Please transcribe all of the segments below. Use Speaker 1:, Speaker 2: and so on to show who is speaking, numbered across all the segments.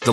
Speaker 1: The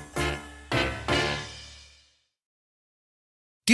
Speaker 2: Do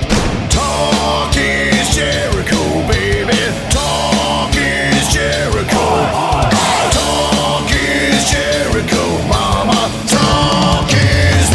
Speaker 3: Talk is Jericho, baby. Talk is Jericho. Talk is Jericho, mama. Talk is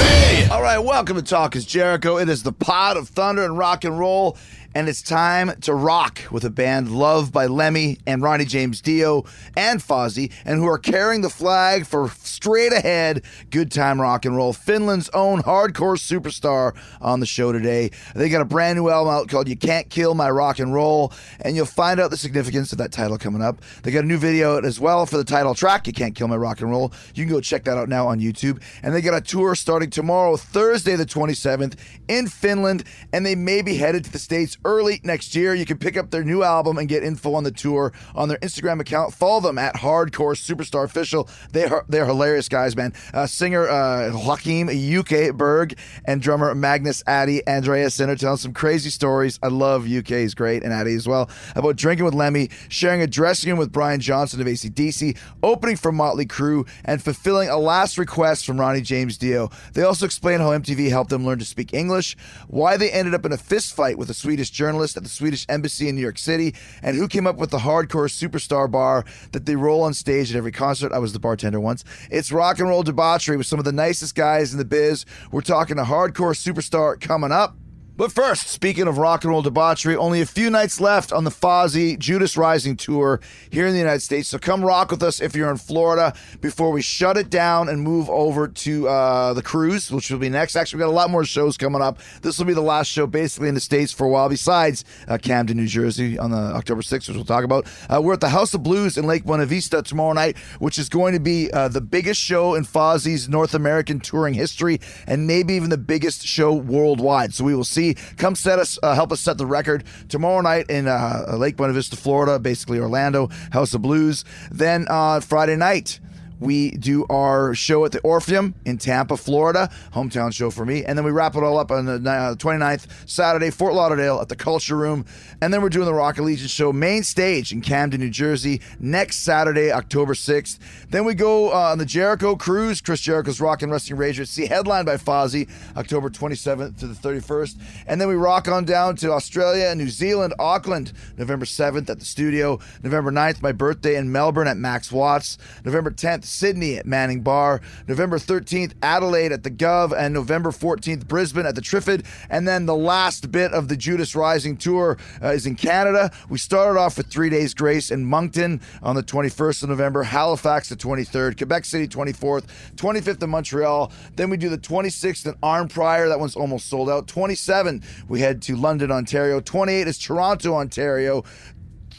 Speaker 3: me.
Speaker 4: All right, welcome to Talk is Jericho. It is the pod of thunder and rock and roll, and it's time to rock with a band loved by Lemmy and Ronnie James Dio and Fozzy, and who are carrying the flag for straight ahead good time rock and roll. Finland's own hardcore superstar on the show today. They got a brand new album out called You Can't Kill My Rock and Roll, and you'll find out the significance of that title coming up. They got a new video out as well for the title track, You Can't Kill My Rock and Roll. You can go check that out now on YouTube. And they got a tour starting tomorrow, Thursday, the 27th, in Finland, and they may be headed to the States early next year. You can pick up their new album and get info on the tour on their Instagram account. Follow them at Hardcore Superstar Official. They are, they're hilarious guys, man. Uh, singer uh, Joachim UK Berg and drummer Magnus Addy Andreas Sinner telling some crazy stories. I love UK is great and Addy as well about drinking with Lemmy, sharing a dressing room with Brian Johnson of ACDC, opening for Motley Crue, and fulfilling a last request from Ronnie James Dio. They also explain how MTV helped them learn to speak English, why they ended up in a fist fight with a Swedish journalist at the Swedish embassy in New York City, and who came up with the hardcore superstar bar that they roll on stage at every concert. I was the bartender once. It's rock and roll debauchery with some of the nicest guys in the biz. We're talking a hardcore superstar coming up. But first, speaking of rock and roll debauchery, only a few nights left on the Fozzy Judas Rising tour here in the United States. So come rock with us if you're in Florida before we shut it down and move over to uh, the cruise, which will be next. Actually, we've got a lot more shows coming up. This will be the last show basically in the States for a while, besides uh, Camden, New Jersey on the October 6th, which we'll talk about. Uh, we're at the House of Blues in Lake Buena Vista tomorrow night, which is going to be uh, the biggest show in Fozzy's North American touring history and maybe even the biggest show worldwide. So we will see. Come set us, uh, help us set the record tomorrow night in uh, Lake Buena Vista, Florida, basically Orlando, House of Blues. Then uh, Friday night, we do our show at the Orpheum in Tampa, Florida, hometown show for me. And then we wrap it all up on the ni- uh, 29th, Saturday, Fort Lauderdale at the Culture Room. And then we're doing the Rock Allegiance show main stage in Camden, New Jersey, next Saturday, October 6th. Then we go uh, on the Jericho Cruise, Chris Jericho's Rock and Wrestling Rager. See, headlined by Fozzy, October 27th to the 31st. And then we rock on down to Australia, New Zealand, Auckland, November 7th at the studio, November 9th, my birthday in Melbourne at Max Watts, November 10th, Sydney at Manning Bar, November 13th, Adelaide at the Gov, and November 14th, Brisbane at the Triffid. And then the last bit of the Judas Rising tour uh, is in Canada. We started off with three days grace in Moncton on the 21st of November, Halifax the 23rd, Quebec City 24th, 25th in Montreal. Then we do the 26th in Arm Prior. That one's almost sold out. 27, we head to London, Ontario. 28 is Toronto, Ontario.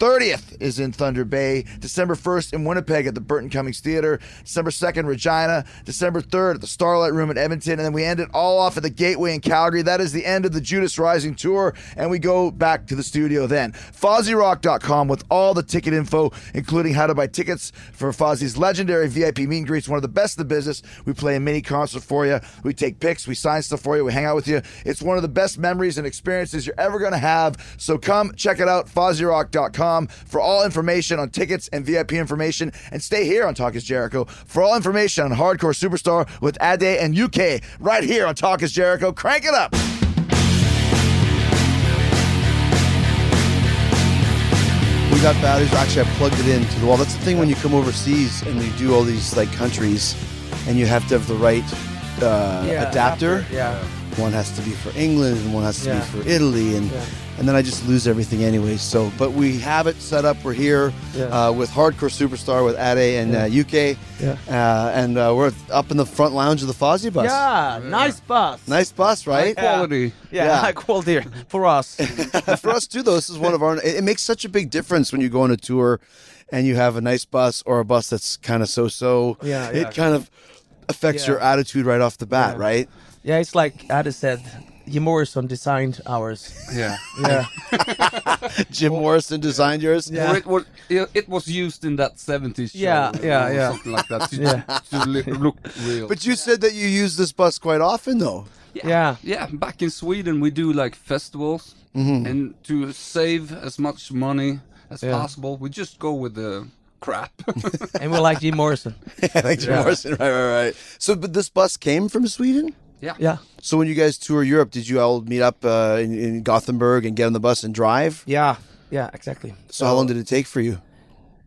Speaker 4: 30th is in Thunder Bay. December 1st in Winnipeg at the Burton Cummings Theater. December 2nd, Regina. December 3rd at the Starlight Room in Edmonton. And then we end it all off at the Gateway in Calgary. That is the end of the Judas Rising Tour. And we go back to the studio then. FozzyRock.com with all the ticket info, including how to buy tickets for Fozzy's legendary VIP meet and greets. One of the best in the business. We play a mini concert for you. We take pics. We sign stuff for you. We hang out with you. It's one of the best memories and experiences you're ever going to have. So come check it out. FozzyRock.com for all information on tickets and VIP information. And stay here on Talk is Jericho for all information on Hardcore Superstar with Ade and UK right here on Talk is Jericho. Crank it up.
Speaker 5: We got batteries. Actually, I plugged it into the wall. That's the thing when you come overseas and you do all these like countries, and you have to have the right uh,
Speaker 6: Yeah,
Speaker 5: adapter.
Speaker 6: Yeah.
Speaker 5: One has to be for England, and one has to
Speaker 6: Yeah.
Speaker 5: be for Italy, and
Speaker 6: Yeah.
Speaker 5: and then I just lose everything anyway. So, but we have it set up. We're here
Speaker 6: Yeah.
Speaker 5: uh, with Hardcore Superstar with Ade and uh, UK,
Speaker 6: Yeah.
Speaker 5: uh, and uh, we're up in the front lounge of the Fozzie bus.
Speaker 6: Yeah, nice bus.
Speaker 5: Nice bus, right?
Speaker 6: quality. Yeah,
Speaker 5: Yeah.
Speaker 6: high quality for us.
Speaker 5: And for us too, though, this is one of our. It, it makes such a big difference when you go on a tour, and you have a nice bus or a bus that's kind of so-so.
Speaker 6: Yeah,
Speaker 5: it
Speaker 6: yeah.
Speaker 5: kind of affects
Speaker 6: Yeah.
Speaker 5: your attitude right off the bat, right?
Speaker 6: yeah, it's like Ada said, Jim Morrison designed ours.
Speaker 7: Yeah.
Speaker 6: Yeah,
Speaker 5: Jim Morrison designed yours.
Speaker 6: Yeah.
Speaker 7: Or it was it, it was used in that 70s show
Speaker 6: Yeah, yeah,
Speaker 7: or
Speaker 6: yeah.
Speaker 7: something like that to,
Speaker 6: Yeah.
Speaker 7: to li- look real.
Speaker 5: But you said that you use this bus quite often, though.
Speaker 6: yeah.
Speaker 7: yeah, back in Sweden we do like festivals,
Speaker 5: Mm-hmm.
Speaker 7: and to save as much money as
Speaker 6: Yeah.
Speaker 7: possible, we just go with the crap.
Speaker 6: and we like Jim Morrison.
Speaker 5: like Jim Morrison, right, right, right. So, but this bus came from Sweden.
Speaker 7: yeah,
Speaker 6: Yeah,
Speaker 5: So when you guys tour Europe, did you all meet up uh, in, in Gothenburg and get on the bus and drive?
Speaker 6: yeah, yeah. Exactly.
Speaker 5: So how long did it take for you?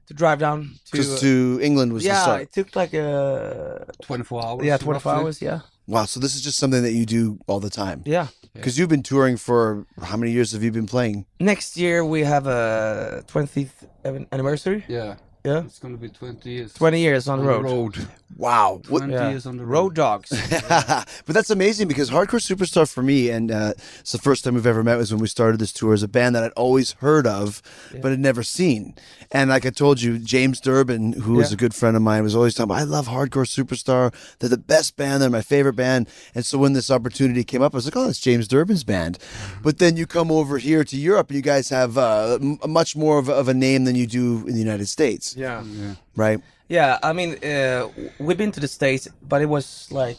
Speaker 6: to drive down to?
Speaker 5: Because to England was the
Speaker 6: yeah,
Speaker 5: start.
Speaker 6: it took like a
Speaker 7: 24 hours.
Speaker 6: yeah 24
Speaker 7: roughly.
Speaker 6: hours. Yeah,
Speaker 5: Wow. So this is just something that you do all the time.
Speaker 6: yeah.
Speaker 5: Because you've been touring for how many years have you been playing?
Speaker 6: Next year we have a 20th an- anniversary.
Speaker 7: Yeah,
Speaker 6: Yeah,
Speaker 7: it's gonna be 20 years.
Speaker 6: 20 years on
Speaker 7: on
Speaker 6: the road.
Speaker 5: Wow. What,
Speaker 7: 20
Speaker 6: Yeah.
Speaker 7: years on the
Speaker 6: Road dogs.
Speaker 5: but that's amazing because Hardcore Superstar for me, and uh, it's the first time we've ever met, was when we started this tour as a band that I'd always heard of, but had never seen. And like I told you, James Durbin, who was
Speaker 6: Yeah.
Speaker 5: a good friend of mine, was always talking about, I love Hardcore Superstar. They're the best band. They're my favorite band. And so when this opportunity came up, I was like, oh, it's James Durbin's band. But then you come over here to Europe and you guys have uh, m- much more of, of a name than you do in the United States,
Speaker 6: yeah,
Speaker 5: right?
Speaker 6: yeah. I mean, uh, we've been to the states, but it was like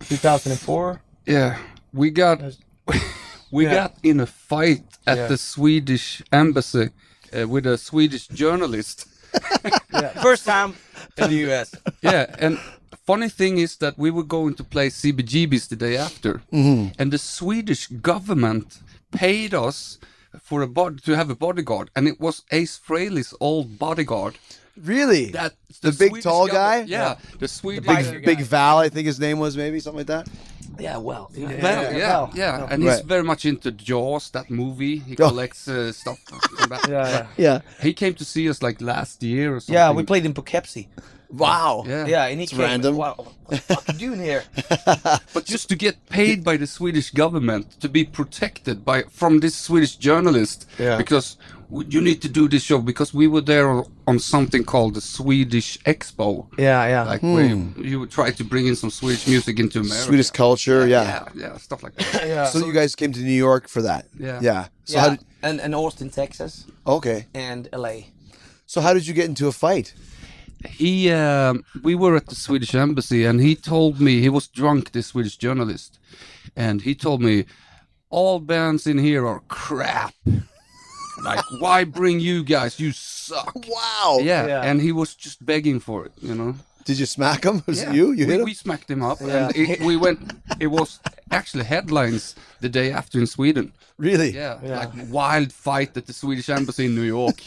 Speaker 6: 2004.
Speaker 7: Yeah, we got we
Speaker 6: Yeah.
Speaker 7: got in a fight at
Speaker 6: Yeah.
Speaker 7: the Swedish embassy uh, with a Swedish journalist.
Speaker 6: First time in the US.
Speaker 7: yeah, and funny thing is that we were going to play CBGBs the day after,
Speaker 5: Mm-hmm.
Speaker 7: and the Swedish government paid us for a bod- to have a bodyguard, and it was Ace Frehley's old bodyguard.
Speaker 5: Really?
Speaker 7: That
Speaker 5: The big
Speaker 7: Swedish
Speaker 5: tall guy?
Speaker 7: Yeah, the Swedish
Speaker 5: Big, Big Val, I think his name was, maybe something like that.
Speaker 6: Yeah, well, yeah,
Speaker 7: Well, yeah, yeah, and he's
Speaker 5: Right.
Speaker 7: very much into Jaws, that movie. He
Speaker 5: Oh.
Speaker 7: collects uh, stuff. From that.
Speaker 6: yeah, yeah.
Speaker 5: Yeah.
Speaker 7: He came to see us like last year or something.
Speaker 6: Yeah, we played in Poughkeepsie.
Speaker 5: Wow.
Speaker 7: Yeah.
Speaker 6: Yeah, and he came.
Speaker 5: random.
Speaker 6: Wow, what the fuck you doing here?
Speaker 7: but just to get paid by the Swedish government to be protected by from this Swedish journalist,
Speaker 5: Yeah.
Speaker 7: because w- you need to do this show because we were there on- on something called the Swedish Expo,
Speaker 6: Yeah, Hmm. yeah.
Speaker 7: like where you, you would try to bring in some Swedish music into America.
Speaker 5: Swedish culture, yeah.
Speaker 7: yeah, yeah, stuff like that.
Speaker 6: yeah.
Speaker 5: So you guys came to New York for that.
Speaker 7: Yeah.
Speaker 5: Yeah. So
Speaker 6: yeah.
Speaker 5: how did,
Speaker 6: and, and Austin, Texas,
Speaker 5: okay.
Speaker 6: and LA.
Speaker 5: So how did you get into a fight?
Speaker 7: he um, we were at the Swedish embassy and he told me he was drunk this Swedish journalist and he told me all bands in here are crap like why bring you guys you suck
Speaker 5: Wow.
Speaker 7: yeah,
Speaker 6: Yeah.
Speaker 7: and he was just begging for it you know
Speaker 5: Did you smack him? Was
Speaker 7: yeah.
Speaker 5: it you? You
Speaker 7: we,
Speaker 5: hit him?
Speaker 7: we smacked him up
Speaker 6: Yeah.
Speaker 7: and it, we went it was actually headlines the day after in Sweden
Speaker 5: really?
Speaker 7: yeah, like wild fight at the Swedish embassy in New York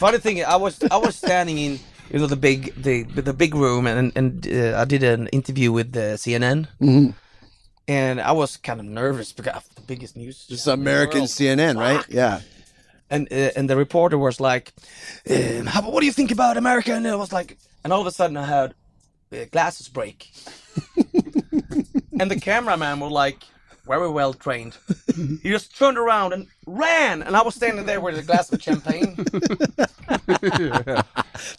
Speaker 6: Funny thing, I was I was standing in you know the big the the big room, and and uh, I did an interview with uh, the CNN, and I was kind of nervous because of the biggest news.
Speaker 5: This is American CNN, right? Yeah.
Speaker 6: and uh, and the reporter was like, um, how, "What do you think about America?" And I was like, and all of a sudden I heard uh, glasses break, and the cameraman was like, very well trained. he just turned around and ran, and I was standing there with a glass of champagne.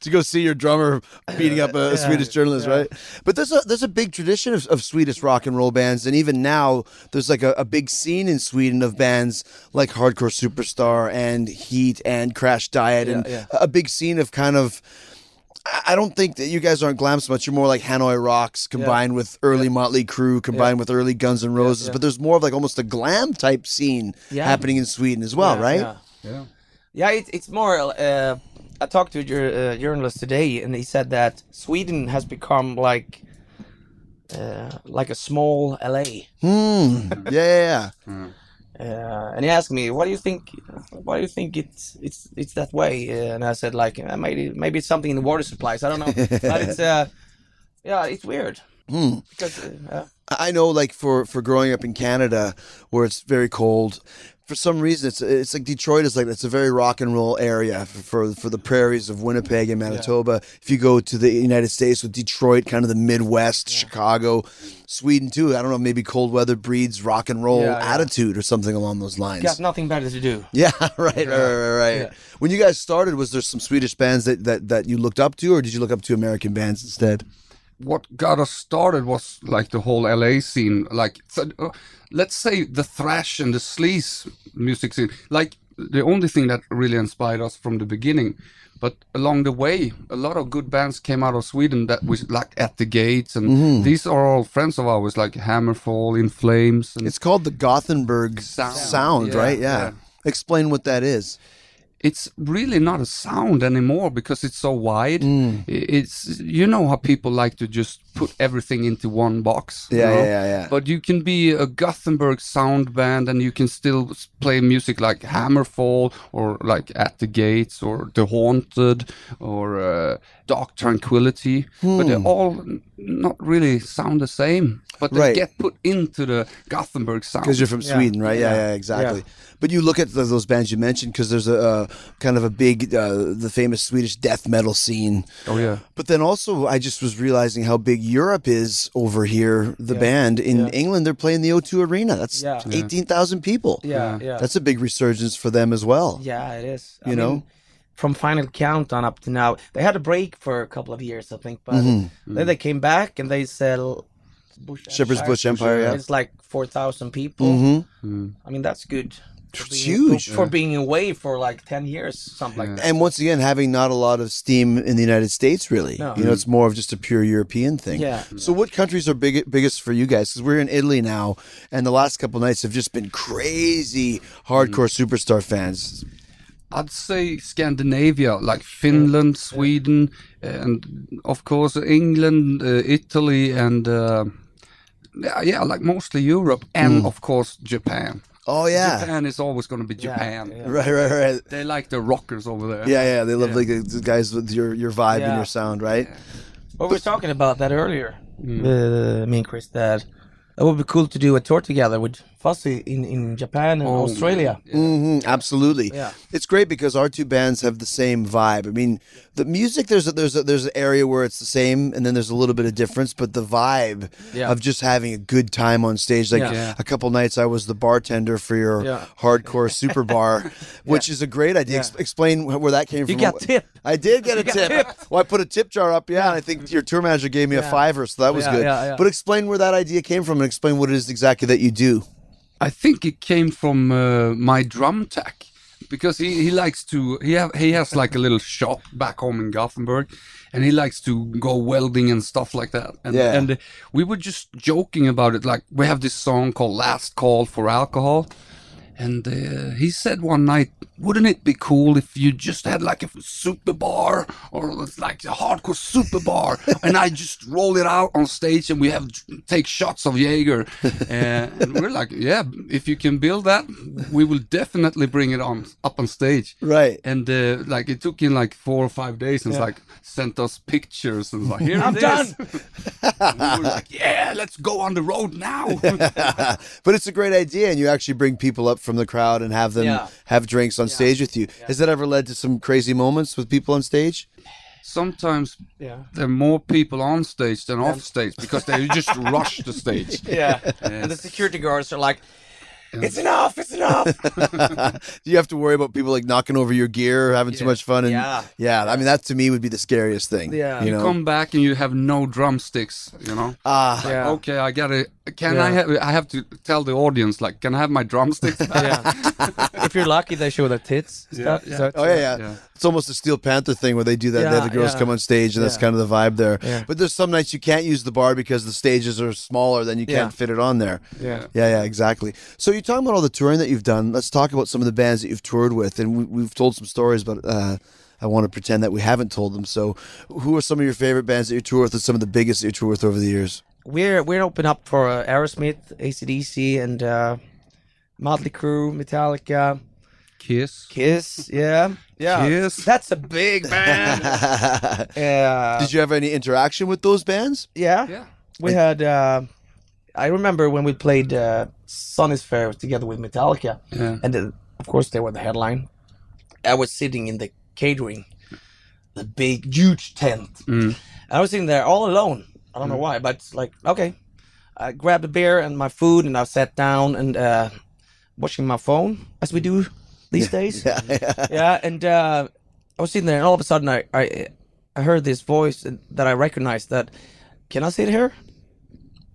Speaker 5: To go see your drummer beating up a Swedish journalist, right? But there's a there's a big tradition of, of Swedish rock and roll bands, and even now there's like a, a big scene in Sweden of bands like Hardcore Superstar and Heat and Crash Diet, and
Speaker 6: yeah.
Speaker 5: a big scene of kind of I- I don't think that you guys aren't glam so much. You're more like Hanoi Rocks combined with early Motley Crue combined with early Guns N' Roses. But there's more of like almost a glam type scene
Speaker 6: Yeah.
Speaker 5: happening in Sweden as well, right?
Speaker 6: Yeah, yeah. it, it's more. Uh, I talked to a jour- uh, journalist today, and he said that Sweden has become like, uh, like a small LA.
Speaker 5: Hmm. yeah, yeah, yeah.
Speaker 6: Uh, and he asked me, "What do you think? Why do you think it's it's it's that way?" Uh, and I said, "Like uh, maybe maybe it's something in the water supplies. I don't know, but it's uh, yeah, it's weird. Because, uh, yeah.
Speaker 5: I know, like for for growing up in Canada, where it's very cold. For some reason, it's it's like Detroit is like it's a very rock and roll area for for, for the prairies of Winnipeg and Manitoba. If you go to the United States with Detroit, kind of the Midwest, Chicago, Sweden too. I don't know, maybe cold weather breeds rock and roll
Speaker 6: Yeah, yeah.
Speaker 5: attitude or something along those lines.
Speaker 6: got nothing better to do.
Speaker 5: Yeah, right, right, right, right.
Speaker 6: Yeah.
Speaker 5: When you guys started, was there some Swedish bands that, that that you looked up to, or did you look up to American bands instead?
Speaker 7: what got us started was like the whole LA scene, like th- uh, let's say the thrash and the sleaze music scene. Like the only thing that really inspired us from the beginning, but along the way, a lot of good bands came out of Sweden that was like at the gates, and these are all friends of ours, like Hammerfall, In Flames, and
Speaker 5: It's called the Gothenburg sound,
Speaker 7: Sound. Yeah,
Speaker 5: right? Yeah.
Speaker 7: yeah.
Speaker 5: Explain what that is.
Speaker 7: it's really not a sound anymore because it's so wide.
Speaker 5: Mm.
Speaker 7: I- It's you know how people like to just put everything into one box. you
Speaker 5: Yeah,
Speaker 7: know?
Speaker 5: yeah, yeah, yeah.
Speaker 7: But you can be a Gothenburg sound band and you can still s- play music like Hammerfall or like At the Gates or The Haunted or uh, Dark Tranquility. But
Speaker 5: Hmm.
Speaker 7: they all n- not really sound the same. But they
Speaker 5: Right.
Speaker 7: get put into the Gothenburg sound.
Speaker 5: Because you're from Sweden, right? Yeah, yeah, exactly. But you look at th those bands you mentioned because there's a uh, kind of a big, uh, the famous Swedish death metal scene.
Speaker 7: oh yeah.
Speaker 5: But then also, I just was realizing how big Europe is over here. The band in England, they're playing the O2 Arena. That's
Speaker 6: Yeah. Yeah.
Speaker 5: eighteen thousand people.
Speaker 6: Yeah, yeah.
Speaker 5: That's a big resurgence for them as well.
Speaker 6: Yeah, it is.
Speaker 5: You know?
Speaker 6: from Final Countdown up to now, they had a break for a couple of years, I think, but
Speaker 5: Mm-hmm.
Speaker 6: then they came back and they sell Bush
Speaker 5: Shepherd's
Speaker 6: Empire.
Speaker 5: Bush Empire, yeah.
Speaker 6: It's like four thousand people. I mean, that's good. For
Speaker 5: It's
Speaker 6: being-
Speaker 5: huge.
Speaker 6: for being away for like ten years, something like that.
Speaker 5: And once again, having not a lot of steam in the United States, really.
Speaker 6: No.
Speaker 5: You know, it's more of just a pure European thing.
Speaker 6: Yeah.
Speaker 5: So, what countries are big, biggest for you guys? Because we're in Italy now, and the last couple nights have just been crazy hardcore
Speaker 6: Mm-hmm.
Speaker 5: superstar fans.
Speaker 7: I'd say Scandinavia, like Finland, Sweden, eh, and of course England, uh, Italy, and uh, yeah, yeah, like mostly Europe, and of course Japan.
Speaker 5: Oh yeah,
Speaker 4: Ah.
Speaker 7: Japan is always going to be Japan.
Speaker 5: right, right, right.
Speaker 7: They like the rockers over there.
Speaker 5: Yeah, yeah. They love like the- the guys with your your vibe and
Speaker 6: Yeah.
Speaker 5: your sound, right?
Speaker 6: Well, we were talking about that earlier, uh, me and Chris. That it would be cool to do a tour together with Fuzzy in, in Japan and Australia.
Speaker 5: hmm absolutely.
Speaker 6: Yeah.
Speaker 5: It's great because our two bands have the same vibe. I mean, the music there's a, there's a, there's an area where it's the same, and then there's a little bit of difference. But the vibe
Speaker 6: Yeah.
Speaker 5: of just having a good time on stage, like
Speaker 6: Yeah. Yeah.
Speaker 5: a couple nights, I was the bartender for your
Speaker 6: Yeah.
Speaker 5: hardcore super bar, which is a great idea. Ex- explain wh- where that came
Speaker 6: You
Speaker 5: from.
Speaker 6: got tip.
Speaker 5: I did get a
Speaker 6: got
Speaker 5: tip.
Speaker 6: tipped.
Speaker 5: Well, I put a tip jar up. Yeah, and I think your tour manager gave me a fiver, so that was
Speaker 6: Yeah,
Speaker 5: good.
Speaker 6: yeah, yeah.
Speaker 5: But explain where that idea came from, and explain what it is exactly that you do.
Speaker 7: I think it came from uh, my drum tech because he, he likes to he have, he has like a little shop back home in Gothenburg and he likes to go welding and stuff like that and
Speaker 5: Yeah.
Speaker 7: and uh, we were just joking about it like we have this song called last call for alcohol and uh, he said one night, wouldn't it be cool if you just had like a super bar or like a hardcore super bar and I just roll it out on stage and we have take shots of Jaeger? and we're like, yeah, if you can build that, we will definitely bring it on up on stage.
Speaker 5: Right.
Speaker 7: And uh, like it took him like four or five days and it's like sent us pictures and like, here
Speaker 6: I'm
Speaker 7: it is."
Speaker 6: done.
Speaker 7: And we were like, yeah, let's go on the road now.
Speaker 5: But it's a great idea, and you actually bring people up from the crowd and have them
Speaker 6: Yeah.
Speaker 5: have drinks on stage with you. Has that ever led to some crazy moments with people on stage?
Speaker 7: Sometimes
Speaker 6: Yeah.
Speaker 7: there are more people on stage than off stage because they just rush the stage.
Speaker 6: Yeah. And the security guards are like, it's enough, it's enough.
Speaker 5: Do you have to worry about people like knocking over your gear, or having too much fun? And
Speaker 6: Yeah.
Speaker 5: yeah, I mean that to me would be the scariest thing.
Speaker 6: Yeah.
Speaker 5: you
Speaker 7: You
Speaker 5: know.
Speaker 7: come back and you have no drumsticks, you know.
Speaker 5: Ah,
Speaker 6: yeah.
Speaker 7: Okay, I gotta. Can I have? I have to tell the audience, like, can I have my drumsticks? back?
Speaker 6: yeah. if you're lucky, they show their tits. and stuff.
Speaker 7: yeah.
Speaker 6: So it's
Speaker 5: Oh yeah, yeah,
Speaker 7: Yeah.
Speaker 5: It's almost a Steel Panther thing where they do that. they have
Speaker 6: Yeah,
Speaker 5: the girls
Speaker 6: yeah.
Speaker 5: come on stage, and that's
Speaker 6: Yeah.
Speaker 5: kind of the vibe there.
Speaker 6: Yeah.
Speaker 5: But there's some nights you can't use the bar because the stages are smaller, then you
Speaker 6: Yeah.
Speaker 5: can't fit it on there.
Speaker 6: Yeah.
Speaker 5: yeah, yeah, exactly. So you're talking about all the touring that you've done. Let's talk about some of the bands that you've toured with, and we, we've told some stories, but uh, I want to pretend that we haven't told them. So, who are some of your favorite bands that you toured with, and some of the biggest that you toured with over the years?
Speaker 6: We're we're open up for uh, Aerosmith, ACDC, and uh, Motley Crue, Metallica,
Speaker 7: Kiss.
Speaker 6: Kiss. Yeah. Yeah.
Speaker 7: Kiss.
Speaker 6: That's a big band. yeah. Uh,
Speaker 5: Did you have any interaction with those bands?
Speaker 6: Yeah.
Speaker 7: Yeah.
Speaker 6: we had. Uh, I remember when we played uh, Sunny's Fair together with Metallica,
Speaker 7: Yeah.
Speaker 6: and then, of course they were the headline. I was sitting in the catering, the big huge tent.
Speaker 7: Mm.
Speaker 6: I was sitting there all alone. I don't know why, but it's like okay, I grabbed a beer and my food, and I sat down and uh, watching my phone as we do these days. Yeah, yeah. and uh, I was sitting there, and all of a sudden I I, I heard this voice that I recognized. That can I sit here?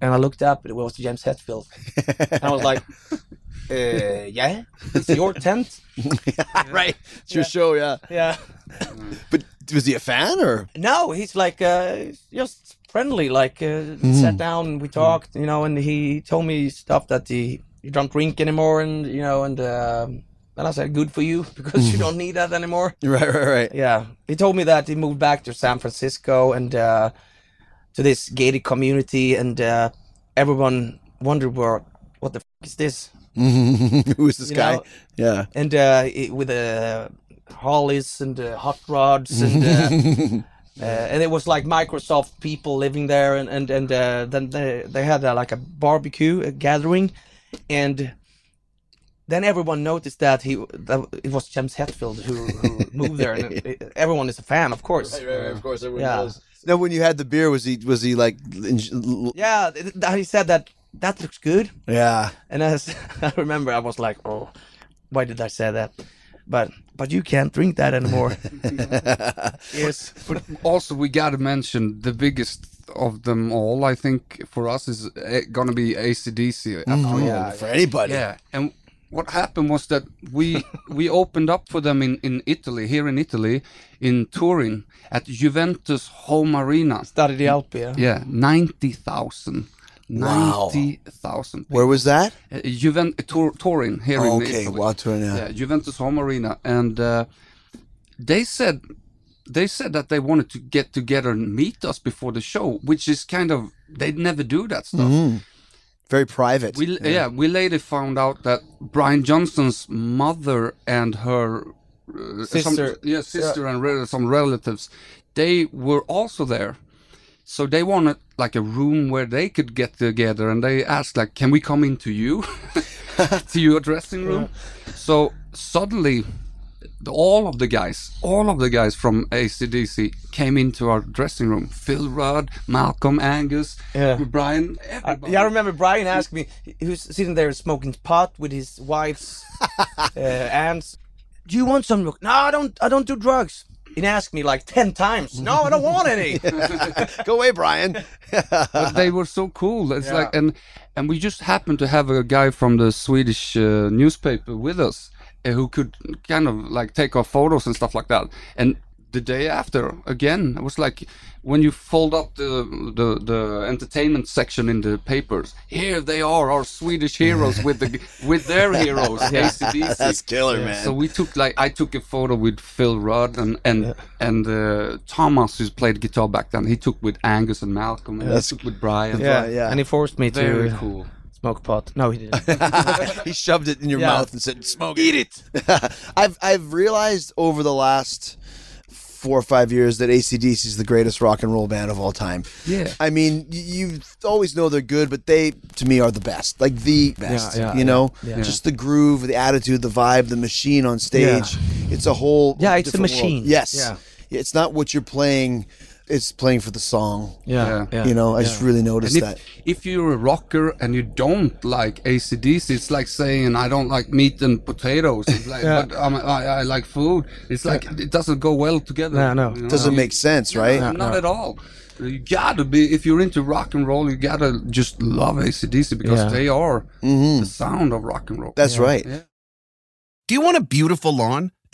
Speaker 6: And I looked up, and it was James Hetfield. and I was like, uh, "Yeah, it's your tent."
Speaker 5: right. It's your show, yeah.
Speaker 6: Yeah.
Speaker 5: But was he a fan or?
Speaker 6: No, he's like uh, just friendly. Like uh, sat down, and we talked, you know, and he told me stuff that he you don't drink anymore, and you know, and um and I said, good for you because you don't need that anymore.
Speaker 5: Right, right, right.
Speaker 6: Yeah, he told me that he moved back to San Francisco and uh, to this gated community, and uh, everyone wondered what what the f- is this,
Speaker 5: Who is this
Speaker 6: You
Speaker 5: guy?
Speaker 6: know-
Speaker 5: yeah.
Speaker 6: and uh, it, with uh, Harleys and uh, hot rods and. Uh, Uh, and it was like Microsoft people living there, and and and uh, then they they had uh, like a barbecue a gathering, and then everyone noticed that he that it was James Hetfield who, who moved there, and it- it- everyone is a fan, of course.
Speaker 5: Of course, everyone
Speaker 6: Yeah. does.
Speaker 5: Now, when you had the beer, was he was he like? l- l-
Speaker 6: Yeah, th- th- he said that that looks good,
Speaker 5: Yeah.
Speaker 6: and as I remember, I was like, oh, why did I say that? But but you can't drink that anymore. yes.
Speaker 7: But also, we gotta mention the biggest of them all. I think for us is eh, gonna be ACDC. After
Speaker 5: Mm.
Speaker 7: all.
Speaker 5: For anybody.
Speaker 7: Yeah, and what happened was that we we opened up for them in in Italy, here in Italy, in Turin at Juventus home arena.
Speaker 6: Started the Alp, yeah.
Speaker 7: Yeah, ninety thousand.
Speaker 5: Wow.
Speaker 7: Ninety thousand.
Speaker 5: Where was that? Oh,
Speaker 7: Uh, Juven- Tur- Turin here in
Speaker 5: Okay,
Speaker 7: Italy.
Speaker 5: wow, Turin, yeah.
Speaker 7: Yeah, Juventus home arena, and uh, they said they said that they wanted to get together and meet us before the show, which is kind of they'd never do that stuff.
Speaker 5: Very private.
Speaker 7: We yeah. we later found out that Brian Johnson's mother and her uh,
Speaker 6: Sister.
Speaker 7: some, yeah, sister and rel- some relatives, they were also there. So they wanted like a room where they could get together, and they asked like, "Can we come into you, to your dressing room?" So suddenly, the, all of the guys, all of the guys from ACDC came into our dressing room. Phil Rudd, Malcolm, Angus,
Speaker 6: Yeah.
Speaker 7: Brian,
Speaker 6: I,
Speaker 7: everybody.
Speaker 6: yeah, I remember Brian asked me, he was sitting there smoking pot with his wife's uh, aunts. Do you want some? milk?" No, I don't. I don't do drugs. He asked me like ten times. No, I don't want any.
Speaker 5: Go away, Brian.
Speaker 7: but they were so cool. It's
Speaker 6: Yeah.
Speaker 7: like and and we just happened to have a guy from the Swedish uh, newspaper with us uh, who could kind of like take our photos and stuff like that. And the day after, again, it was like when you fold up the the, the entertainment section in the papers. Here they are, our Swedish heroes with the with their heroes. AC/DC.
Speaker 5: That's killer, man.
Speaker 7: So we took like I took a photo with Phil Rudd and and and uh, Thomas, who's played guitar back then. He took with Angus and Malcolm, and
Speaker 5: That's-
Speaker 7: I took with Brian.
Speaker 5: yeah.
Speaker 6: And he forced me
Speaker 7: very
Speaker 6: to
Speaker 7: cool.
Speaker 6: smoke pot. No, he didn't.
Speaker 5: he shoved it in your
Speaker 6: Yeah.
Speaker 5: mouth and said, "Smoke, eat it." I've I've realized over the last four or five years that ACDC is the greatest rock and roll band of all time.
Speaker 7: Yeah.
Speaker 5: I mean, y- you always know they're good, but they to me are the best, like the best.
Speaker 6: yeah,
Speaker 5: you
Speaker 6: yeah,
Speaker 5: know,
Speaker 6: yeah.
Speaker 5: just the groove, the attitude, the vibe, the machine on stage. It's a whole
Speaker 6: Yeah, it's a
Speaker 5: different world.
Speaker 6: machine.
Speaker 5: Yes,
Speaker 6: Yeah.
Speaker 5: it's not what you're playing; it's playing for the song.
Speaker 7: Yeah.
Speaker 5: You know, I just really noticed
Speaker 7: And
Speaker 5: that.
Speaker 7: if, if you're a rocker and you don't like ACDC, it's like saying I don't like meat and potatoes. It's like, but I'm, I, I like food. It's like it doesn't go well together.
Speaker 6: No, no.
Speaker 7: you know?
Speaker 5: Doesn't make sense, right?
Speaker 7: Not at all. You gotta be if you're into rock and roll, you gotta just love ACDC because
Speaker 6: Yeah.
Speaker 7: they are the sound of rock and roll.
Speaker 5: Mm-hmm. That's right.
Speaker 7: Yeah.
Speaker 2: Do you want a beautiful lawn?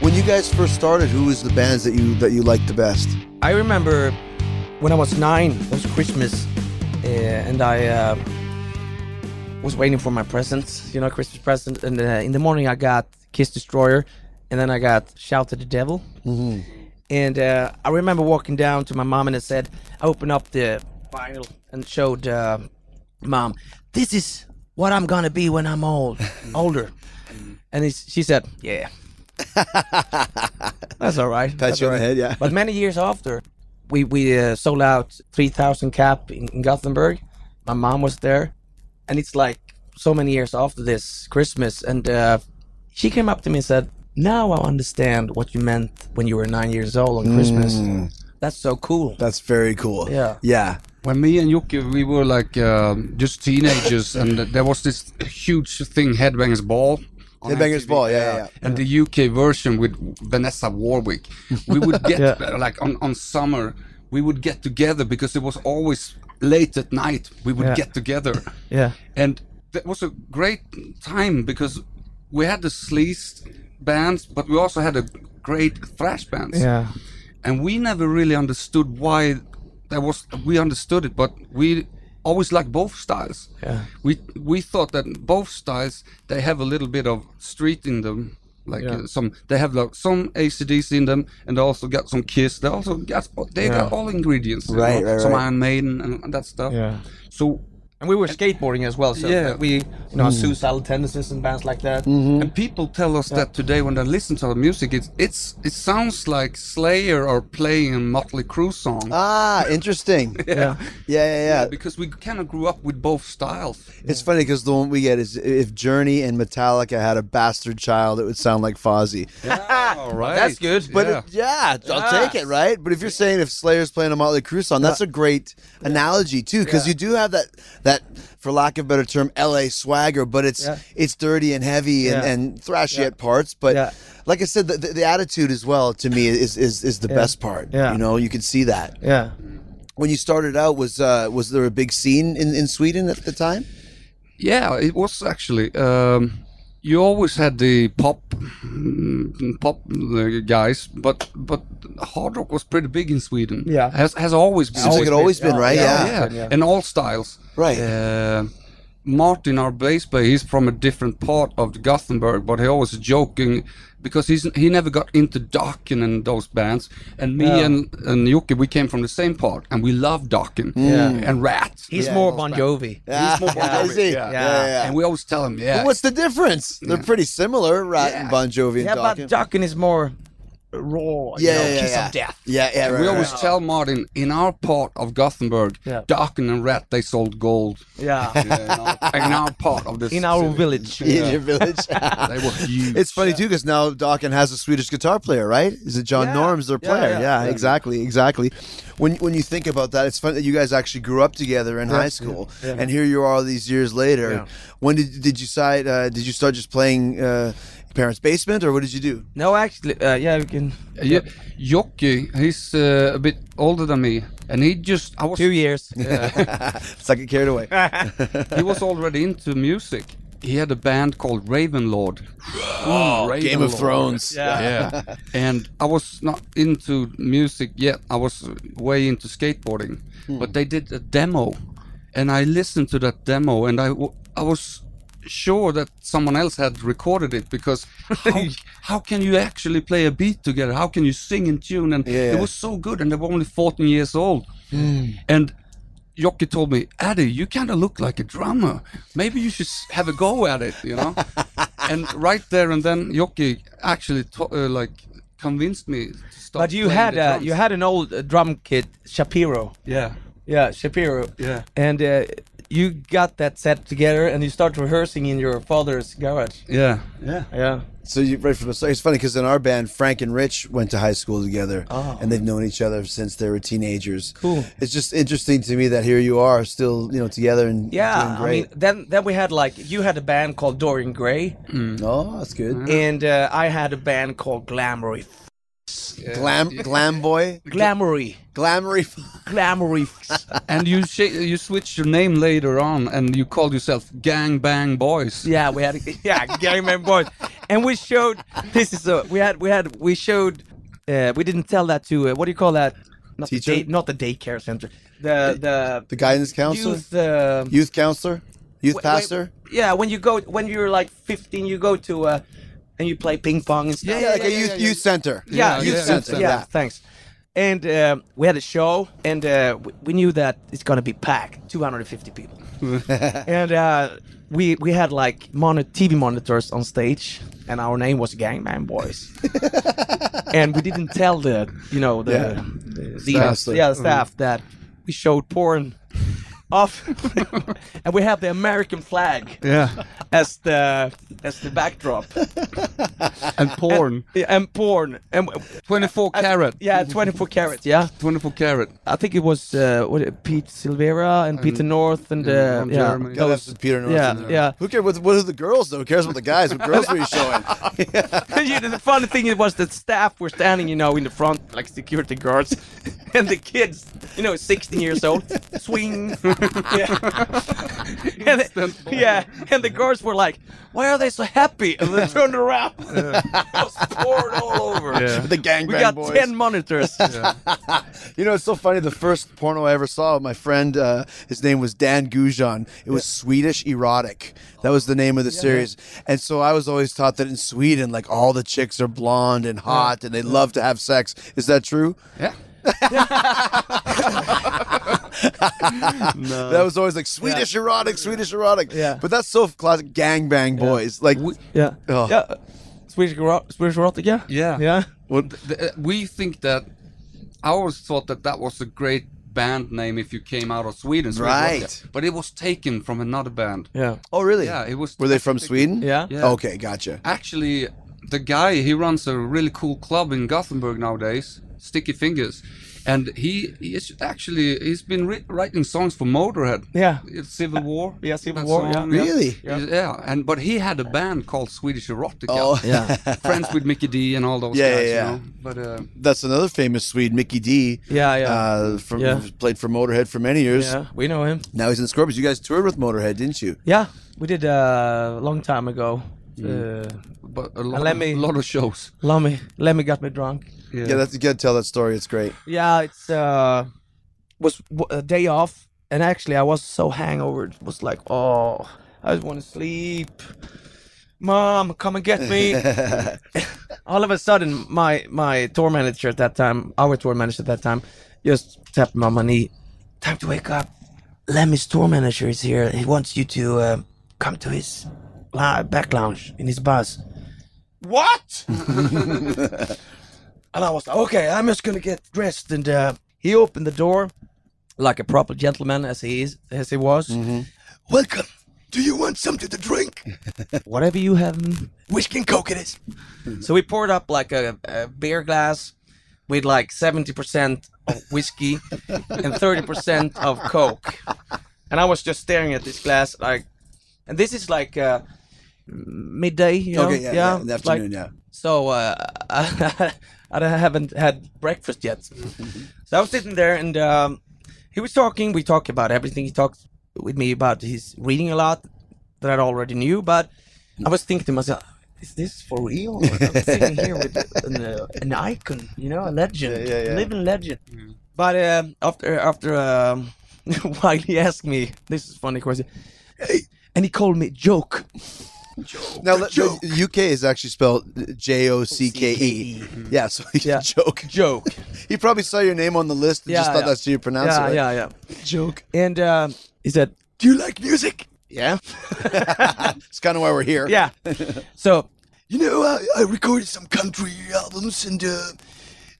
Speaker 5: When you guys first started, who was the bands that you that you liked the best?
Speaker 6: I remember when I was nine, it was Christmas, uh, and I uh, was waiting for my presents, you know, Christmas present. And uh, in the morning, I got Kiss Destroyer, and then I got Shout to the Devil.
Speaker 5: Mm-hmm.
Speaker 6: And uh, I remember walking down to my mom, and I said, I opened up the vinyl and showed uh, mom, this is what I'm gonna be when I'm old, older. And it's, she said, yeah. That's all right.
Speaker 5: Pat you on the head, yeah.
Speaker 6: But many years after, we we uh, sold out 3,000 cap in, in Gothenburg. My mom was there, and it's like so many years after this Christmas, and uh, she came up to me and said, "Now I understand what you meant when you were nine years old on Christmas. That's so cool."
Speaker 5: That's very cool.
Speaker 6: Yeah.
Speaker 5: Yeah.
Speaker 7: When me and Yuki, we were like um, just teenagers, and there was this huge thing, Headbangers Ball. on
Speaker 5: Headbangers
Speaker 7: MTV,
Speaker 5: Ball, yeah, yeah, yeah.
Speaker 7: And the UK version with Vanessa Warwick. We would get, uh, like, on, on summer, we would get together because it was always late at night. We would
Speaker 6: Yeah.
Speaker 7: get together.
Speaker 6: Yeah.
Speaker 7: And that was a great time because we had the sleaze bands, but we also had a great thrash bands
Speaker 6: Yeah.
Speaker 7: and we never really understood why that was we understood it but we always liked both styles
Speaker 6: Yeah.
Speaker 7: we we thought that both styles they have a little bit of street in them like
Speaker 6: Yeah.
Speaker 7: uh, some they have like some acdc in them and they also got some kiss they also got they got all ingredients you
Speaker 5: Right,
Speaker 7: know,
Speaker 5: right,
Speaker 7: some
Speaker 5: right.
Speaker 7: iron maiden and, and that stuff
Speaker 6: Yeah.
Speaker 7: so
Speaker 6: And we were skateboarding as well, so
Speaker 7: Yeah. Mm.
Speaker 6: yeah. we, you know, suicidal tendencies and bands like that.
Speaker 5: Mm.
Speaker 7: and people tell us that today when they listen to our music it's it's it sounds like slayer are playing a motley crue song
Speaker 5: Ah, interesting.
Speaker 6: Yeah.
Speaker 5: Yeah, yeah, yeah.
Speaker 7: because we kind of grew up with both styles
Speaker 5: It's funny because the one we get is if Journey and Metallica had a bastard child, it would sound like Fozzy.
Speaker 7: All right.
Speaker 6: that's good.
Speaker 5: But
Speaker 7: yeah.
Speaker 5: it- yeah, I'll take it, right? But if you're saying if Slayer's playing a Motley Crue song, that's a great analogy too, because you do have that that, for lack of a better term, L.A. swagger, but it's
Speaker 6: Yeah.
Speaker 5: it's dirty and heavy and,
Speaker 6: Yeah.
Speaker 5: and thrashy at parts. But
Speaker 6: Yeah.
Speaker 5: like I said, the, the, the attitude as well to me is is, is the best part.
Speaker 6: Yeah.
Speaker 5: you know, you can see that.
Speaker 6: Yeah.
Speaker 5: When you started out, was uh, was there a big scene in, in Sweden at the time?
Speaker 7: yeah, it was actually. Um, you always had the pop, mm, pop uh, guys, but but hard rock was pretty big in Sweden.
Speaker 6: Yeah.
Speaker 7: has has always been.
Speaker 5: Sounds like it always been, right?
Speaker 7: yeah,
Speaker 5: Yeah.
Speaker 7: yeah, in all styles.
Speaker 5: Right.
Speaker 7: Uh, Martin, our bass player, he's from a different part of Gothenburg, but he always joking because he's he never got into Dokken and those bands. And me and and Yuki, we came from the same part, and we love Dokken
Speaker 6: Mm. Yeah.
Speaker 7: and Rat.
Speaker 6: He's more Bon Jovi.
Speaker 5: Ah, I see. yeah,
Speaker 7: Yeah.
Speaker 5: yeah.
Speaker 7: And we always tell him, yeah,
Speaker 5: But what's the difference? They're pretty similar, Rat and Bon Jovi and
Speaker 6: Yeah, but
Speaker 5: Dokken.
Speaker 6: Dokken is more raw. you
Speaker 5: Yeah,
Speaker 6: know,
Speaker 5: yeah,
Speaker 6: kiss
Speaker 5: yeah.
Speaker 6: of death.
Speaker 5: yeah, yeah, right,
Speaker 7: we
Speaker 5: right.
Speaker 7: always tell Martin in our part of Gothenburg,
Speaker 6: Yeah.
Speaker 7: Darken and Rat they sold gold.
Speaker 6: Yeah.
Speaker 7: Yeah, in, our, in our part of this,
Speaker 6: In our
Speaker 7: city.
Speaker 6: village.
Speaker 5: in your village.
Speaker 7: they were huge.
Speaker 5: it's funny too because now Dokken has a Swedish guitar player, right? Is it John
Speaker 6: Yeah.
Speaker 5: Norm's their
Speaker 6: Yeah,
Speaker 5: player? Yeah,
Speaker 6: yeah, yeah.
Speaker 5: exactly, exactly. When when you think about that, it's fun that you guys actually grew up together in high school, and here you are all these years later.
Speaker 6: Yeah.
Speaker 5: When did did you decide? Uh, did you start just playing uh, parents' basement, or what did you do?
Speaker 6: No, actually, uh, yeah, we can.
Speaker 7: yeah, Jocke, he's uh, a bit older than me, and he just I was
Speaker 6: Two years.
Speaker 5: It's like it carried away.
Speaker 7: he was already into music. He had a band called Ravenlord. Ooh,
Speaker 5: Game of
Speaker 7: Ravenlord.
Speaker 5: Thrones.
Speaker 7: yeah. And I was not into music yet. I was way into skateboarding.
Speaker 5: Hmm.
Speaker 7: But they did a demo, and I listened to that demo, and I, w- I was sure that someone else had recorded it because how, how can you actually play a beat together? How can you sing and tune? And
Speaker 5: Yeah.
Speaker 7: it was so good, and they were only 14 years old. And Jocke told me, Addy, you kind of look like a drummer. Maybe you should s- have a go at it, you know? and right there and then, Jocke actually to- uh, like convinced me to start.
Speaker 6: But you
Speaker 7: playing
Speaker 6: had
Speaker 7: the
Speaker 6: uh,
Speaker 7: drums.
Speaker 6: you had an old uh, drum kit, Shapiro.
Speaker 7: yeah,
Speaker 6: Yeah, Shapiro.
Speaker 7: yeah,
Speaker 6: And uh, you got that set together, and you start rehearsing in your father's garage.
Speaker 7: yeah, yeah.
Speaker 6: Yeah.
Speaker 5: So you right from the start. It's funny because in our band, Frank and Rich went to high school together, and they've known each other since they were teenagers.
Speaker 6: Oh. Cool.
Speaker 5: It's just interesting to me that here you are still, you know, together and
Speaker 6: Yeah,
Speaker 5: doing
Speaker 6: I mean,
Speaker 5: great.
Speaker 6: then then we had like you had a band called Dorian Gray,
Speaker 5: oh, that's good.
Speaker 6: and uh, I had a band called Glamory,
Speaker 5: Glam, glam boy,
Speaker 6: Glamory,
Speaker 5: glamoury.
Speaker 6: Glamory.
Speaker 7: And you sh- you switched your name later on, and you called yourself Gang Bang Boys.
Speaker 6: yeah, we had yeah, Gang Bang Boys, and we showed this is a we had we had we showed uh, we didn't tell that to uh, what do you call that not
Speaker 5: Teacher?
Speaker 6: the day, not the daycare center. The the
Speaker 5: The guidance counselor,
Speaker 6: youth uh,
Speaker 5: youth counselor, youth
Speaker 6: wh- wh-
Speaker 5: pastor.
Speaker 6: yeah, when you go when you're like 15, you go to uh, and you play ping pong and stuff.
Speaker 5: Yeah, like a youth youth center.
Speaker 6: yeah,
Speaker 7: Yeah,
Speaker 6: youth
Speaker 7: yeah,
Speaker 6: center.
Speaker 5: yeah.
Speaker 6: Yeah, thanks. And um, we had a show, and uh, w- we knew that it's gonna be packed, 250 people. and uh, we we had like mono- TV monitors on stage, and our name was Gangbang Boys. and we didn't tell the you know the,
Speaker 5: Yeah.
Speaker 6: the,
Speaker 5: Staff.
Speaker 6: the-
Speaker 7: mm.
Speaker 6: yeah the staff that we showed porn off, and we had the American flag
Speaker 7: Yeah,
Speaker 6: as the as the backdrop
Speaker 7: and porn.
Speaker 6: Yeah, and porn and
Speaker 7: 24 carat.
Speaker 6: yeah, 24 carats. Yeah,
Speaker 7: 24 carat.
Speaker 6: I think it was uh, what, uh, Pete Silvera and, Peter North and uh,
Speaker 7: from
Speaker 6: yeah,
Speaker 7: Germany.
Speaker 5: Yeah, that's Peter Norton.
Speaker 6: yeah,
Speaker 5: there.
Speaker 6: yeah.
Speaker 5: Who cares? What, what are the girls though? Who cares about the guys? What girls were you showing?
Speaker 6: You know, the funny thing it was that staff were standing, you know, in the front like security guards, and the kids, you know, 16 years old, swing. yeah. and the, yeah, and the guards were like, "Why are they so happy?" And they turned around. it was poured all over.
Speaker 5: the gangbang
Speaker 6: We got
Speaker 5: boys.
Speaker 6: 10 monitors.
Speaker 5: You know, it's so funny. The first porno I ever saw, my friend, uh, his name was Dan Gujan. It was Swedish erotic. That was the name of the series. And so I was always taught that in Sweden, like all the chicks are blonde and hot, and they love to have sex. Is that true?
Speaker 7: Yeah. Uh,
Speaker 5: That was always like Swedish erotic, Swedish erotic.
Speaker 6: Yeah.
Speaker 5: But that's so classic gangbang boys. Like,
Speaker 6: Yeah.
Speaker 5: Oh.
Speaker 6: Yeah. Swedish garage, Swedish erotic, yeah?
Speaker 7: Yeah.
Speaker 6: Yeah.
Speaker 7: What? uh, we think that. I always thought that that was a great band name if you came out of Sweden. so it was-
Speaker 5: Right.
Speaker 7: But it was taken from another band.
Speaker 6: Yeah.
Speaker 5: oh really?
Speaker 7: Yeah, it was.
Speaker 5: Were they from Sweden?
Speaker 6: Yeah.
Speaker 7: Yeah.
Speaker 5: Okay, gotcha.
Speaker 7: Actually, the guy he runs a really cool club in Gothenburg nowadays, Sticky Fingers, and he he is actually he's been ri writing songs for Motorhead.
Speaker 6: Yeah.
Speaker 7: It's Civil War.
Speaker 6: Yeah, Civil
Speaker 7: that
Speaker 6: War, yeah.
Speaker 5: Really?
Speaker 7: Yeah. and but he had a band called Swedish Erotica.
Speaker 5: Oh,
Speaker 6: Yeah.
Speaker 7: friends with Mickey D and all those
Speaker 5: Yeah,
Speaker 7: guys.
Speaker 5: yeah, yeah.
Speaker 7: You know? But uh,
Speaker 5: that's another famous Swede, Mickey D.
Speaker 6: Yeah, yeah.
Speaker 5: Uh, from,
Speaker 6: Yeah.
Speaker 5: Played for Motorhead for many years.
Speaker 6: Yeah. We know him.
Speaker 5: Now he's in Scorpions. You guys toured with Motorhead, didn't you?
Speaker 6: Yeah. We did uh, a long time ago. Uh,
Speaker 7: but a lot,
Speaker 6: let
Speaker 7: of,
Speaker 6: me-
Speaker 7: lot of shows.
Speaker 6: Lemmy, Lemmy got me drunk.
Speaker 5: Yeah, that's you gotta tell that story. It's great.
Speaker 6: Yeah, it's uh, was w- a day off, and actually I was so hangover. It was like, oh, I just want to sleep. Mom, come and get me. All of a sudden, my my tour manager at that time, our tour manager at that time, just tapped me on my knee. Time to wake up. Lemmy's tour manager is here. He wants you to uh, come to his lou- back lounge in his bus. What? And I was like, okay, I'm just gonna get dressed. And uh, he opened the door, like a proper gentleman as he is, as he was.
Speaker 5: Mm-hmm.
Speaker 6: Welcome. Do you want something to drink? Whatever you have, mm, whiskey and coke it is.
Speaker 5: Mm-hmm.
Speaker 6: so we poured up like a, a beer glass with like 70% of whiskey and 30% of coke. And I was just staring at this glass, like, and this is like uh, midday, you know?
Speaker 5: Okay, yeah, yeah, in the
Speaker 6: like-
Speaker 5: afternoon, yeah.
Speaker 6: so uh, I, haven't had breakfast yet. so I was sitting there, and um, he was talking. We talked about everything. He talked with me about his reading a lot that I already knew, but I was thinking to myself, is this for real? I'm sitting here with an, uh, an icon, you know, a legend,
Speaker 5: Yeah, Mm-hmm. yeah, yeah.
Speaker 6: living legend. But um, after after um, while he asked me, this is a funny question, "Hey," and he called me joke.
Speaker 5: Now, let- the UK is actually spelled J O C K E. Yeah, so he's
Speaker 6: Yeah.
Speaker 5: a joke.
Speaker 6: Joke.
Speaker 5: He probably saw your name on the list and
Speaker 6: Yeah,
Speaker 5: just thought
Speaker 6: yeah.
Speaker 5: that's how you pronounce
Speaker 6: yeah,
Speaker 5: it. right?
Speaker 6: yeah, yeah.
Speaker 5: Joke.
Speaker 6: And um, he said, "Do you like music?" Yeah,
Speaker 5: It's kind of why we're here.
Speaker 6: yeah. so
Speaker 8: You know, I, I recorded some country albums and uh,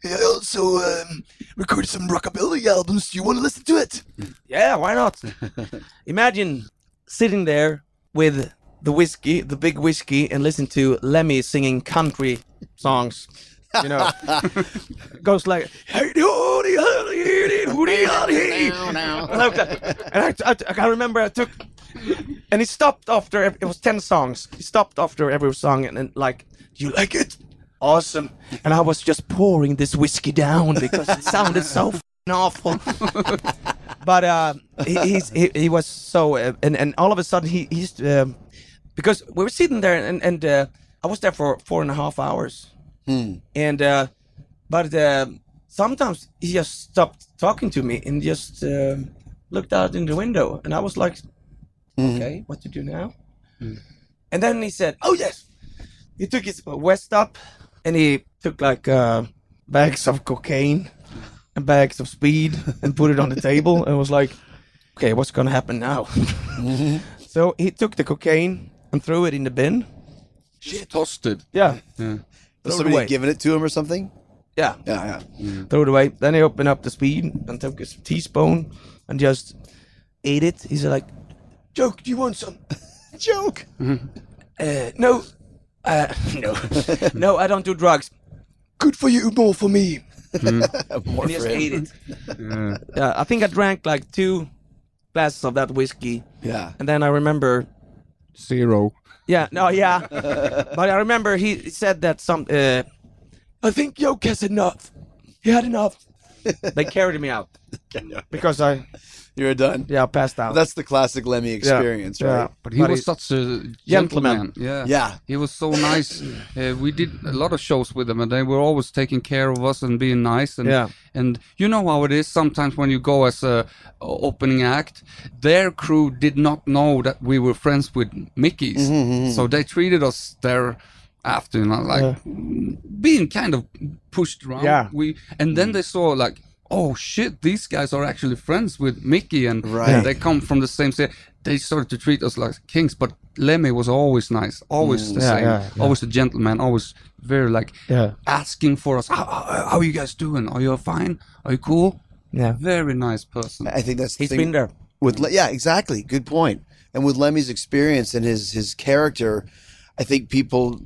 Speaker 8: I also um, recorded some rockabilly albums. Do you want to listen to it?
Speaker 6: yeah, why not? Imagine sitting there with the whiskey, the big whiskey, and listen to Lemmy singing country songs. You know, goes like, "Hey, howdy, howdy, howdy, howdy." and I, was like- and I, I, I can remember I took, and he stopped after ev- it was ten songs. He stopped after every song and, and like, "Do you like it? Awesome!" And I was just pouring this whiskey down because it sounded so f***ing awful. but uh, he, he's, he he was so uh, and and all of a sudden he he's um, because we were sitting there and and uh, I was there for four and a half hours and uh, but uh, sometimes he just stopped talking to me and just um looked out in the window, and I was like, "Okay, what to do now?" And then he said, "Oh yes," he took his vest up, and he took like uh, bags of cocaine and bags of speed and put it on the table, and was like, "Okay, what's gonna happen now?" so he took the cocaine and threw it in the bin.
Speaker 7: Toasted.
Speaker 6: Yeah,
Speaker 5: Was
Speaker 6: Throw it
Speaker 5: somebody
Speaker 6: away.
Speaker 5: giving it to him or something?
Speaker 6: yeah.
Speaker 5: Yeah, yeah.
Speaker 6: throw it away. Then he opened up the speed and took his teaspoon and just ate it. He's like, "Joke, do you want some?"
Speaker 5: Joke.
Speaker 6: Uh, no, uh, no, no, I don't do drugs.
Speaker 8: Good for you, more for me.
Speaker 5: More
Speaker 6: And he just
Speaker 5: for him.
Speaker 6: ate it. Yeah, I think I drank like two glasses of that whiskey,
Speaker 5: Yeah.
Speaker 6: and then I remember.
Speaker 7: Zero.
Speaker 6: Yeah, no, yeah, but I remember he said that some. Uh, I think Joke has enough. He had enough. they carried me out because I
Speaker 5: You're done.
Speaker 6: yeah I passed out.
Speaker 5: That's the classic Lemmy
Speaker 6: Yeah,
Speaker 5: experience,
Speaker 6: yeah.
Speaker 5: right?
Speaker 7: But he was such a
Speaker 6: Gentleman.
Speaker 7: gentleman. Yeah.
Speaker 5: Yeah.
Speaker 7: He was so nice. uh, we did a lot of shows with them, and they were always taking care of us and being nice. And
Speaker 6: Yeah.
Speaker 7: and you know how it is sometimes when you go as a o- opening act, their crew did not know that we were friends with Mickey's, so they treated us there after, you know, like being kind of pushed around.
Speaker 6: Yeah.
Speaker 7: We and then they saw like. Oh shit! These guys are actually friends with Mickey, and
Speaker 5: Right.
Speaker 7: they come from the same city. They started to treat us like kings, but Lemmy was always nice,
Speaker 5: Mm.
Speaker 7: always the
Speaker 6: Yeah,
Speaker 7: same,
Speaker 6: yeah, yeah.
Speaker 7: always a gentleman, always very like
Speaker 6: Yeah.
Speaker 7: asking for us. How, how, how are you guys doing? Are you fine? Are you cool?
Speaker 6: Yeah.
Speaker 7: Very nice person.
Speaker 5: I think that's the
Speaker 6: He's
Speaker 5: thing
Speaker 6: been there.
Speaker 5: with Le- yeah, exactly. Good point. And with Lemmy's experience and his his character, I think people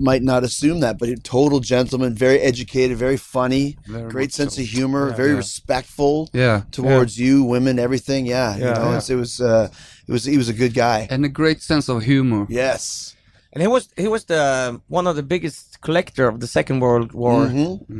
Speaker 5: might not assume that, but a total gentleman, very educated, very funny,
Speaker 7: Very
Speaker 5: great
Speaker 7: much
Speaker 5: sense
Speaker 7: so.
Speaker 5: of humor, very respectful
Speaker 7: Yeah.
Speaker 5: towards you, women, everything. Yeah, you
Speaker 6: Yeah,
Speaker 5: know, it's- it was uh, it was he was a good guy.
Speaker 7: And a great sense of humor.
Speaker 5: Yes,
Speaker 6: And he was he was the one of the biggest collector of the Second World War.
Speaker 5: Mm-hmm.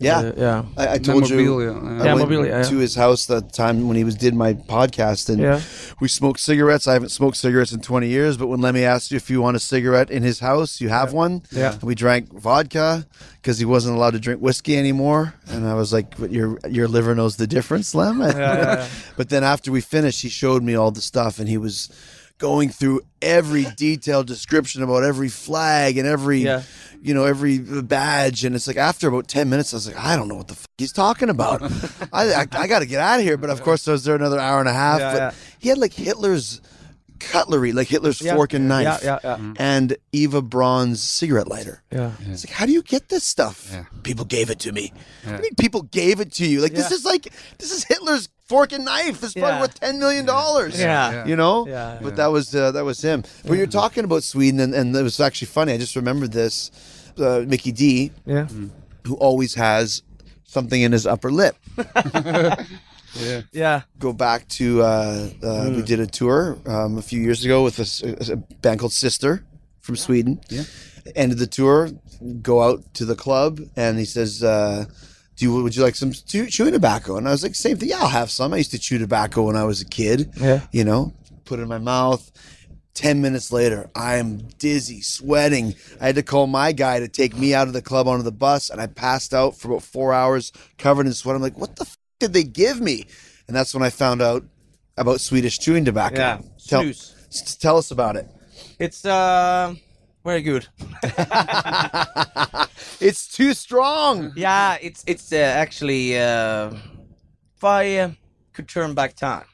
Speaker 5: yeah.
Speaker 6: Uh, yeah.
Speaker 5: I, I told you
Speaker 7: Memorabilia, yeah.
Speaker 5: I
Speaker 6: Yeah,
Speaker 5: went
Speaker 6: memorabilia, yeah.
Speaker 5: to his house that time when he was did my podcast and
Speaker 6: Yeah.
Speaker 5: we smoked cigarettes. I haven't smoked cigarettes in 20 years, but when Lemmy asked you if you want a cigarette in his house, you have one.
Speaker 6: Yeah.
Speaker 5: And we drank vodka because he wasn't allowed to drink whiskey anymore. And I was like, but your your liver knows the difference, Lem. but then after we finished, he showed me all the stuff and he was going through every detailed description about every flag and every
Speaker 6: Yeah.
Speaker 5: you know every badge and it's like after about 10 minutes i was like i don't know what the fuck he's talking about I, I i gotta get out of here but of course i was there another hour and a half
Speaker 6: Yeah,
Speaker 5: but
Speaker 6: yeah.
Speaker 5: he had like hitler's cutlery like hitler's
Speaker 6: Yeah.
Speaker 5: fork and
Speaker 6: Yeah,
Speaker 5: knife
Speaker 6: yeah, yeah. Mhm.
Speaker 5: and eva braun's cigarette lighter
Speaker 6: Yeah.
Speaker 5: it's like how do you get this stuff
Speaker 7: Yeah.
Speaker 5: people gave it to me i mean people gave it to you like this
Speaker 6: Yeah.
Speaker 5: is like this is hitler's fork and knife it's probably
Speaker 6: Yeah.
Speaker 5: worth 10 million dollars
Speaker 6: Yeah. Yeah.
Speaker 5: you know
Speaker 6: Yeah.
Speaker 5: but that was uh, that was him but you're talking about sweden and, and it was actually funny i just remembered this uh, mickey d
Speaker 6: Yeah.
Speaker 5: who always has something in his upper lip.
Speaker 6: Yeah.
Speaker 5: Go back to uh, uh, we did a tour um, a few years ago with a, s- a- a band called Sister from Sweden. Yeah. Ended the tour, go out to the club, and he says. Uh, do you, would you like some chew, chewing tobacco? And I was like, same thing. Yeah, I'll have some. I used to chew tobacco when I was a kid.
Speaker 6: Yeah.
Speaker 5: You know, put it in my mouth. 10 minutes later, I'm dizzy, sweating. I had to call my guy to take me out of the club onto the bus, and I passed out for about four hours covered in sweat. I'm like, what the f- did they give me? And that's when I found out about Swedish chewing tobacco.
Speaker 6: Yeah,
Speaker 5: Tell,
Speaker 6: snus.
Speaker 5: s- tell us about it.
Speaker 6: It's uh, very good.
Speaker 5: It's too strong.
Speaker 6: Yeah. It's it's uh, actually uh, if I uh, could turn back time.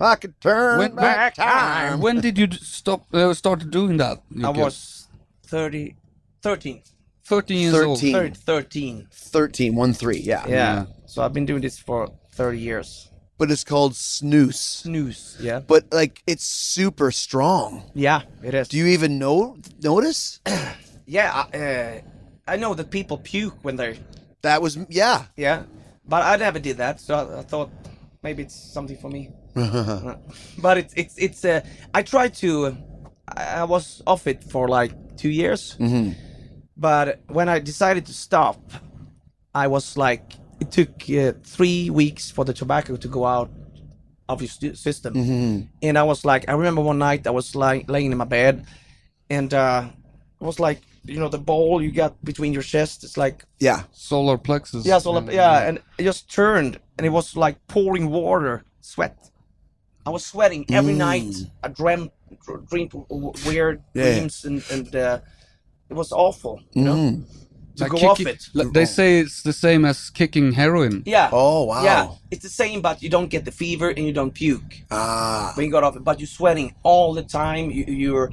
Speaker 5: I could turn
Speaker 7: When-
Speaker 5: back
Speaker 6: when-
Speaker 5: time.
Speaker 7: When did you d- stop? Uh, start doing that?
Speaker 6: I
Speaker 7: Jukka?
Speaker 6: was 30, 13,
Speaker 7: 13 years old.
Speaker 5: 13.
Speaker 6: thir- 13.
Speaker 5: 13, 1 3, yeah.
Speaker 6: Yeah. So I've been doing this for 30 years.
Speaker 5: But it's called snus.
Speaker 6: Snooze. Yeah.
Speaker 5: But like, it's super strong.
Speaker 6: Yeah. It is.
Speaker 5: Do you even know notice?
Speaker 6: yeah. I, uh, I know that people puke when they're
Speaker 5: That was yeah.
Speaker 6: Yeah, but I never did that, so I, I thought maybe it's something for me. but it's it's it's. Uh, I tried to. I I was off it for like two years, but when I decided to stop, I was like, it took uh, three weeks for the tobacco to go out of your stu- system, and I was like, I remember one night I was lying laying in my bed, and uh, I was like, you know the ball you got between your chest. It's like
Speaker 5: Yeah.
Speaker 7: Solar plexus. uh,
Speaker 6: yeah, so like, yeah, and I just turned, and it was like pouring water, sweat. I was sweating every night. I dreamt, dr- dreamed w- w- weird
Speaker 5: Mm. Yeah.
Speaker 6: dreams, and and uh, it was awful. You
Speaker 5: Mm.
Speaker 6: know, to
Speaker 7: Like
Speaker 6: go
Speaker 7: kicking-
Speaker 6: off it.
Speaker 7: like they say it's the same as kicking heroin.
Speaker 6: Yeah.
Speaker 5: Oh, wow.
Speaker 6: Yeah, it's the same, but you don't get the fever and you don't puke
Speaker 5: Ah.
Speaker 6: when you got off it. But you're sweating all the time. You, you're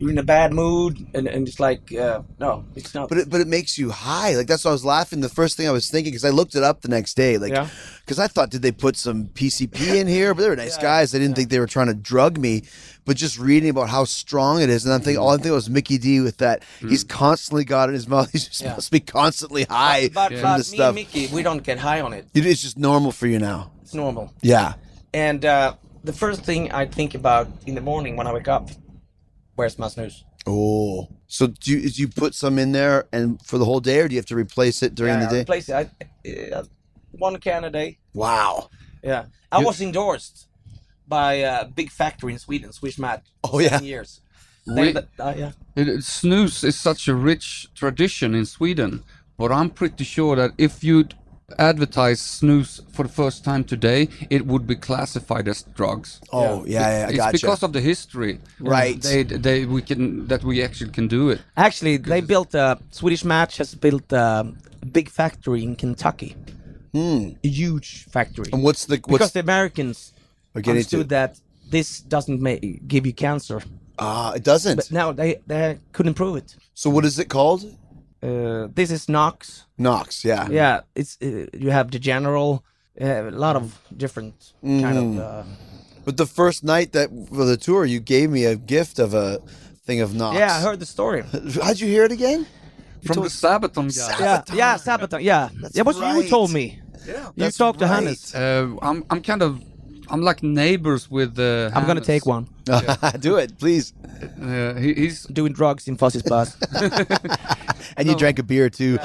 Speaker 6: you're in a bad mood, and, and it's like uh, no, it's not.
Speaker 5: But it, but it makes you high. Like that's why I was laughing. The first thing I was thinking because I looked it up the next day. Like,
Speaker 6: Yeah.
Speaker 5: because I thought, did they put some PCP in here? But they were nice guys. I didn't think they were trying to drug me. But just reading about how strong it is, and I'm
Speaker 6: Mm-hmm.
Speaker 5: thinking, all I think was Mickey D with that. He's constantly got it in his mouth. He's just
Speaker 6: Yeah.
Speaker 5: must be constantly high
Speaker 6: but,
Speaker 5: from
Speaker 6: but me
Speaker 5: this stuff.
Speaker 6: and Mickey, we don't get high on it.
Speaker 5: It is just normal for you now.
Speaker 6: It's normal.
Speaker 5: Yeah.
Speaker 6: And uh, the first thing I think about in the morning when I wake up, where's my snooze?
Speaker 5: Oh. So do you, do you put some in there and for the whole day, or do you have to replace it during
Speaker 6: Yeah,
Speaker 5: the
Speaker 6: Uh, I
Speaker 5: day?
Speaker 6: replace it. I, uh, one can a day.
Speaker 5: wow.
Speaker 6: Yeah, I was endorsed by a big factory in Sweden, Swedish Match.
Speaker 5: Oh, yeah.
Speaker 6: seven years.
Speaker 7: Re-
Speaker 6: They, uh, yeah.
Speaker 7: It, it- snus is such a rich tradition in Sweden, but I'm pretty sure that if you'd advertise snus for the first time today, it would be classified as drugs.
Speaker 5: Oh yeah, yeah, I
Speaker 7: it's
Speaker 5: gotcha.
Speaker 7: because of the history, And
Speaker 5: Right.
Speaker 7: They, they, we can that we actually can do it.
Speaker 6: Actually, they built uh, Swedish Match has built um, a big factory in Kentucky. A huge factory.
Speaker 5: and what's the
Speaker 6: because
Speaker 5: what's
Speaker 6: the Americans
Speaker 5: We're getting
Speaker 6: understood
Speaker 5: to-
Speaker 6: that this doesn't make, give you cancer.
Speaker 5: ah? it doesn't.
Speaker 6: But now they, they couldn't prove it.
Speaker 5: so what is it called?
Speaker 6: Uh, this is Knox.
Speaker 5: Knox. Yeah.
Speaker 6: Yeah, it's uh, you have the general, uh, a lot of different kind of. Uh,
Speaker 5: But the first night that for the tour, you gave me a gift of a thing of Knox.
Speaker 6: yeah, I heard the story.
Speaker 5: How'd you hear it again?
Speaker 7: From the Sabaton guy.
Speaker 6: Yeah, yeah, Sabaton. Yeah, yeah. What you
Speaker 5: right.
Speaker 6: told me?
Speaker 5: Yeah.
Speaker 6: You talked to Hannes.
Speaker 7: Uh, I'm, I'm kind of, I'm like neighbors with. Uh,
Speaker 6: I'm gonna
Speaker 7: Hannes.
Speaker 6: take one.
Speaker 5: Do it, please.
Speaker 7: Uh, he, he's
Speaker 6: Doing drugs in Fosse's bus.
Speaker 5: And you drank a beer too.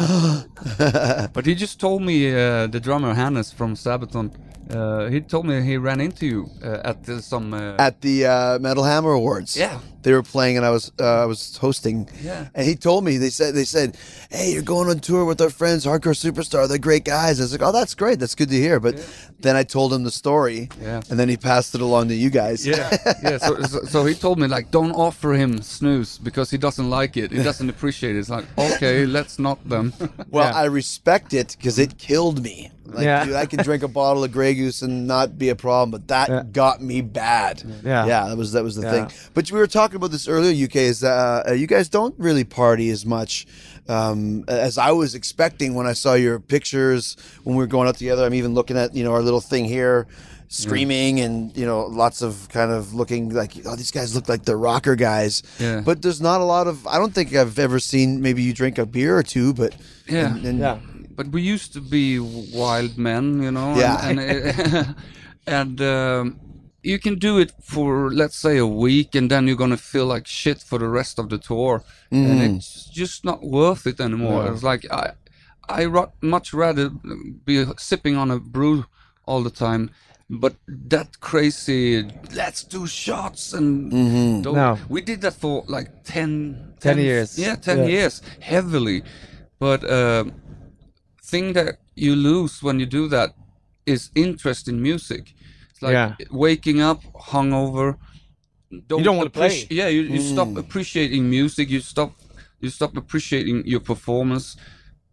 Speaker 7: But he just told me, uh, the drummer Hannes from Sabaton, uh, he told me he ran into you uh, at uh, some. Uh,
Speaker 5: at the uh, Metal Hammer Awards.
Speaker 7: Yeah.
Speaker 5: they were playing, and I was uh, I was hosting.
Speaker 7: Yeah.
Speaker 5: and he told me they said they said, "Hey, you're going on tour with our friends, Hardcore Superstar. They're great guys." I was like, "Oh, that's great. That's good to hear." But then I told him the story.
Speaker 7: Yeah.
Speaker 5: and then he passed it along to you guys.
Speaker 7: yeah, yeah. So, so, so he told me like, don't offer him snooze because he doesn't like it. He doesn't appreciate it. It's like, okay, let's not then.
Speaker 5: Well, I respect it because it killed me. Like,
Speaker 6: Yeah.
Speaker 5: dude, I can drink a bottle of Grey Goose and not be a problem, but that got me bad.
Speaker 6: Yeah.
Speaker 5: yeah, that was that was the
Speaker 6: Yeah.
Speaker 5: thing. But we were talking about this earlier. UK is uh, uh, you guys don't really party as much um, as I was expecting when I saw your pictures when we were going out together. I'm even looking at you know our little thing here. Screaming and you know lots of kind of looking like oh these guys look like the rocker guys,
Speaker 7: Yeah.
Speaker 5: but there's not a lot of I don't think I've ever seen maybe you drink a beer or two, but
Speaker 7: Yeah.
Speaker 5: and- and-
Speaker 6: yeah.
Speaker 7: But we used to be w- wild men, you know.
Speaker 5: Yeah.
Speaker 7: And and, and um, you can do it for let's say a week, and then you're gonna feel like shit for the rest of the tour, and it's just not worth it anymore. It's like I, I ro- much rather be sipping on a brew all the time. But that crazy, let's do shots and don't-
Speaker 6: No.
Speaker 7: we did that for like 10,
Speaker 6: 10 years.
Speaker 7: Yeah, ten
Speaker 6: Yeah.
Speaker 7: years heavily. But um, thing that you lose when you do that is interest in music. It's like
Speaker 6: Yeah.
Speaker 7: waking up hungover. Don't
Speaker 6: don't wanna play.
Speaker 7: appreci- Yeah, you, you
Speaker 6: Mm.
Speaker 7: stop appreciating music. You stop you stop appreciating your performance.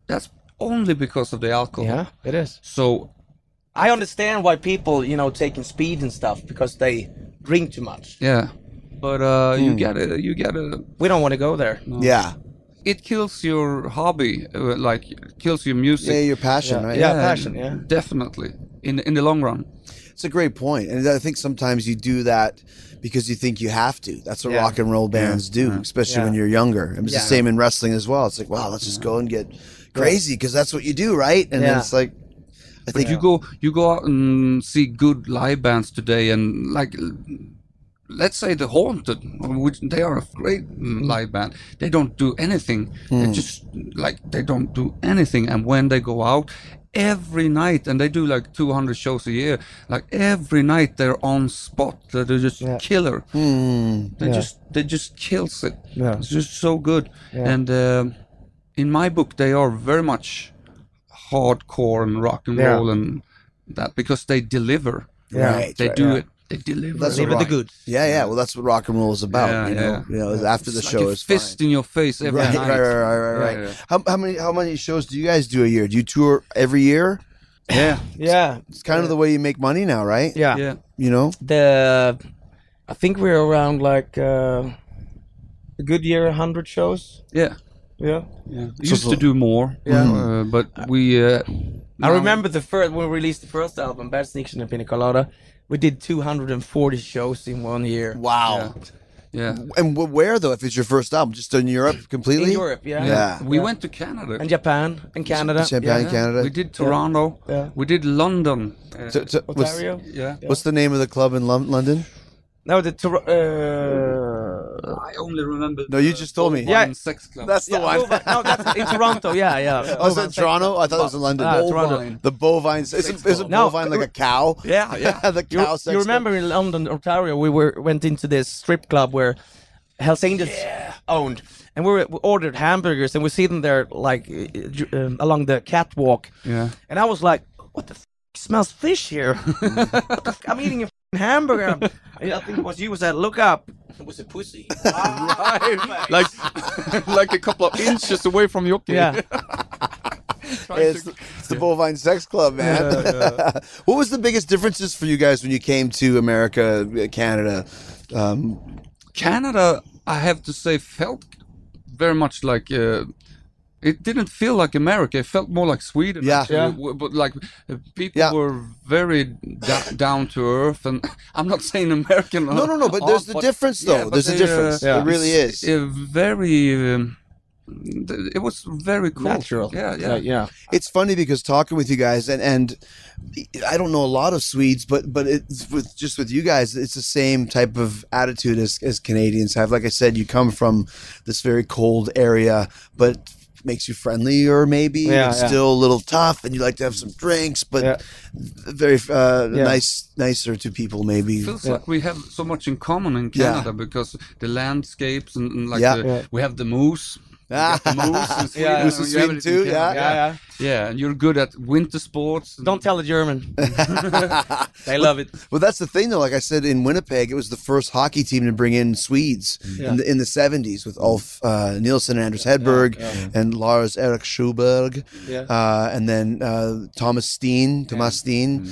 Speaker 7: That's only because of the alcohol.
Speaker 6: it is.
Speaker 7: So
Speaker 6: I understand why people, you know, taking speed and stuff because they drink too much.
Speaker 7: yeah, but uh,
Speaker 6: Mm.
Speaker 7: you gotta you gotta.
Speaker 6: We don't want to go there.
Speaker 5: yeah,
Speaker 7: It kills your hobby, uh, like kills your music.
Speaker 5: yeah, your passion, right?
Speaker 6: Yeah, passion, yeah.
Speaker 7: Um, definitely. In in the long run,
Speaker 5: It's a great point. And I think sometimes you do that because you think you have to. That's what
Speaker 6: Yeah. Uh-huh.
Speaker 5: rock and roll bands do, especially
Speaker 6: Yeah.
Speaker 5: when you're younger. It was the
Speaker 6: Yeah.
Speaker 5: same in wrestling as well. It's like, wow, let's just go and get crazy because that's what you do, right? And then
Speaker 6: Yeah.
Speaker 5: it's like, I
Speaker 7: But
Speaker 5: think
Speaker 7: you go you go out and see good live bands today, and like l- let's say the Haunted, which they are a great
Speaker 6: Mm-hmm.
Speaker 7: mm, live band.
Speaker 6: Mm.
Speaker 7: They don't do anything. They just like they don't do anything, and when they go out, every night, and they do like 200 shows a year. Like every night, they're on spot. They're they're just killer. They just they just kills it.
Speaker 6: Mm. Yeah.
Speaker 7: It's just so good. And um, in my book, they are very much hardcore and rock and
Speaker 6: Yeah.
Speaker 7: roll and that because they deliver.
Speaker 6: Yeah.
Speaker 5: Right,
Speaker 7: they
Speaker 5: right,
Speaker 7: do
Speaker 5: yeah.
Speaker 7: it. They deliver.
Speaker 5: That's
Speaker 6: Leave it the
Speaker 5: rock-
Speaker 6: good.
Speaker 5: Yeah, yeah. Well, that's what rock and roll is about.
Speaker 7: Yeah,
Speaker 5: you know,
Speaker 7: yeah.
Speaker 5: you know, after the
Speaker 7: It's
Speaker 5: show
Speaker 7: like a
Speaker 5: is
Speaker 7: fist in your face
Speaker 5: fine.
Speaker 7: every
Speaker 5: Right,
Speaker 7: night.
Speaker 5: right, right, right, right, right.
Speaker 7: Yeah, yeah.
Speaker 5: How, how many how many shows do you guys do a year? Do you tour every year?
Speaker 7: Yeah,
Speaker 6: Yeah,
Speaker 5: It's kind of the way you make money now, right?
Speaker 6: yeah.
Speaker 7: yeah.
Speaker 5: You know,
Speaker 6: The I think we're around like uh, a good year, hundred shows.
Speaker 7: yeah.
Speaker 6: Yeah. Mm.
Speaker 7: Yeah. We used to do more, uh, but we. Uh,
Speaker 6: I
Speaker 7: now-
Speaker 6: remember the first when we released the first album, Bad Sneakers and Pina Colada. We did 240 shows in one year.
Speaker 5: wow.
Speaker 7: Yeah,
Speaker 5: And wh- where though? If it's your first album, just in Europe
Speaker 6: In
Speaker 5: completely?
Speaker 6: Europe, yeah.
Speaker 5: Yeah.
Speaker 7: we went to Canada.
Speaker 6: And Japan and Canada.
Speaker 5: Champagne, Canada.
Speaker 7: We did Toronto.
Speaker 6: Yeah.
Speaker 7: We did London. Uh,
Speaker 5: So- so- what's,
Speaker 6: Ontario. Uh,
Speaker 7: yeah.
Speaker 5: what's the name of the club in Lon- London?
Speaker 6: No, the Tor- uh,
Speaker 7: I only remember.
Speaker 5: No, you just told me.
Speaker 7: Yeah.
Speaker 6: Yeah.
Speaker 7: Sex club.
Speaker 5: That's the
Speaker 6: yeah,
Speaker 5: one.
Speaker 6: Bovine. no, that's in Toronto. Yeah, yeah.
Speaker 5: Oh, is
Speaker 6: Bovine
Speaker 5: that Toronto? I thought it was in London.
Speaker 6: Ah, Toronto.
Speaker 7: Bovine.
Speaker 5: The bovine. Isn't, isn't
Speaker 6: No,
Speaker 5: bovine like a cow?
Speaker 6: Yeah, yeah.
Speaker 5: the
Speaker 6: You,
Speaker 5: cow
Speaker 6: you
Speaker 5: sex club.
Speaker 6: remember in London, Ontario, we were went into this strip club where Hell's Angels owned, and we, were, we ordered hamburgers, and we see them there like uh, ju- um, along the catwalk.
Speaker 7: Yeah.
Speaker 6: And I was like, "What the f- smells fish here? What the f- I'm eating a f- hamburger." And I think it was you who said, "Look up." It was a pussy.
Speaker 7: like, like a couple of inches away from your kid.
Speaker 6: yeah.
Speaker 5: It's, it's the Bovine Sex Club, man. what was the biggest differences for you guys when you came to America, uh, Canada? Um,
Speaker 7: Canada, I have to say, felt very much like. Uh, it didn't feel like America. It felt more like Sweden.
Speaker 5: Yeah.
Speaker 7: actually.
Speaker 5: Yeah.
Speaker 7: W- But like uh, people
Speaker 5: Yeah.
Speaker 7: were very da- down to earth, and I'm not saying American.
Speaker 5: no, no, no. But there's the difference, though. there's a difference. It really is.
Speaker 7: Uh, very. Um, th- it was very cool.
Speaker 6: Natural.
Speaker 7: Yeah, yeah.
Speaker 6: Like, yeah.
Speaker 5: it's funny because talking with you guys and and I don't know a lot of Swedes, but but it's with just with you guys, it's the same type of attitude as, as Canadians have. Like I said, you come from this very cold area, but makes you friendlier maybe
Speaker 6: Yeah,
Speaker 5: and
Speaker 6: yeah.
Speaker 5: still a little tough and you like to have some drinks but
Speaker 6: Yeah.
Speaker 5: very uh,
Speaker 6: Yeah.
Speaker 5: nice nicer to people maybe
Speaker 7: feels like we have so much in common in
Speaker 5: Yeah.
Speaker 7: Canada because the landscapes and, and like
Speaker 5: Yeah.
Speaker 7: the,
Speaker 6: Yeah.
Speaker 7: we have the moose. We got the moose in Sweden.
Speaker 6: Yeah. Moose
Speaker 5: in
Speaker 7: We have
Speaker 5: Sweden
Speaker 7: it in
Speaker 5: too,
Speaker 7: Canada.
Speaker 6: Yeah, yeah.
Speaker 7: yeah. Yeah, and you're good at winter sports. and-
Speaker 6: Don't tell the German. they love it.
Speaker 5: Well, that's the thing, though. Like I said, in Winnipeg, it was the first hockey team to bring in Swedes in, the, in the 70s with Ulf uh, Nilsson and Anders Hedberg and Lars Erik Schuberg.
Speaker 6: Yeah.
Speaker 5: Uh, and then uh, Thomas Steen. Thomas Steen.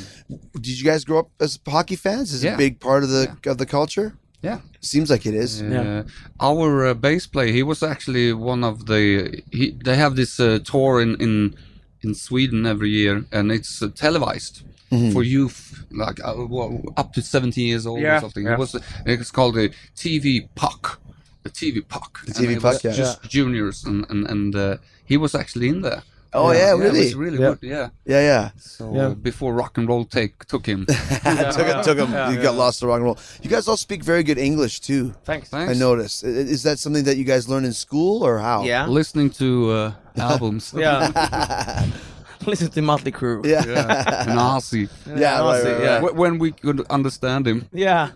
Speaker 5: Did you guys grow up as hockey fans? Is it a
Speaker 7: Yeah.
Speaker 5: big part of the of the culture?
Speaker 7: Yeah.
Speaker 5: Seems like it is.
Speaker 7: Uh, our uh, bass player, he was actually one of the. He, they have this uh, tour in, in in Sweden every year, and it's uh, televised
Speaker 5: Mm-hmm.
Speaker 7: for youth, like uh, well, up to 17 years old or
Speaker 6: Yeah.
Speaker 7: something. It was it's called the TV Puck, the TV Puck, the
Speaker 5: TV puck, yeah.
Speaker 7: just juniors, and and and uh, he was actually in there.
Speaker 5: Oh, yeah,
Speaker 7: it
Speaker 5: really?
Speaker 7: was really
Speaker 6: Yeah.
Speaker 7: good. Yeah.
Speaker 5: Yeah, yeah.
Speaker 7: So uh, before rock and roll take took him.
Speaker 5: took, took 'em- you got lost in rock and roll. You guys all speak very good English, too.
Speaker 6: Thanks.
Speaker 5: I
Speaker 7: Thanks.
Speaker 5: noticed. I- i- Is that something that you guys learn in school or how?
Speaker 6: Yeah.
Speaker 7: Listening to uh, albums.
Speaker 6: Yeah. Listen to Motley Crue.
Speaker 5: Yeah.
Speaker 7: yeah. And Ozzy.
Speaker 5: Yeah, right,
Speaker 6: Ozzy,
Speaker 5: right,
Speaker 6: yeah.
Speaker 5: right.
Speaker 7: Wh- when we could understand him.
Speaker 6: Yeah.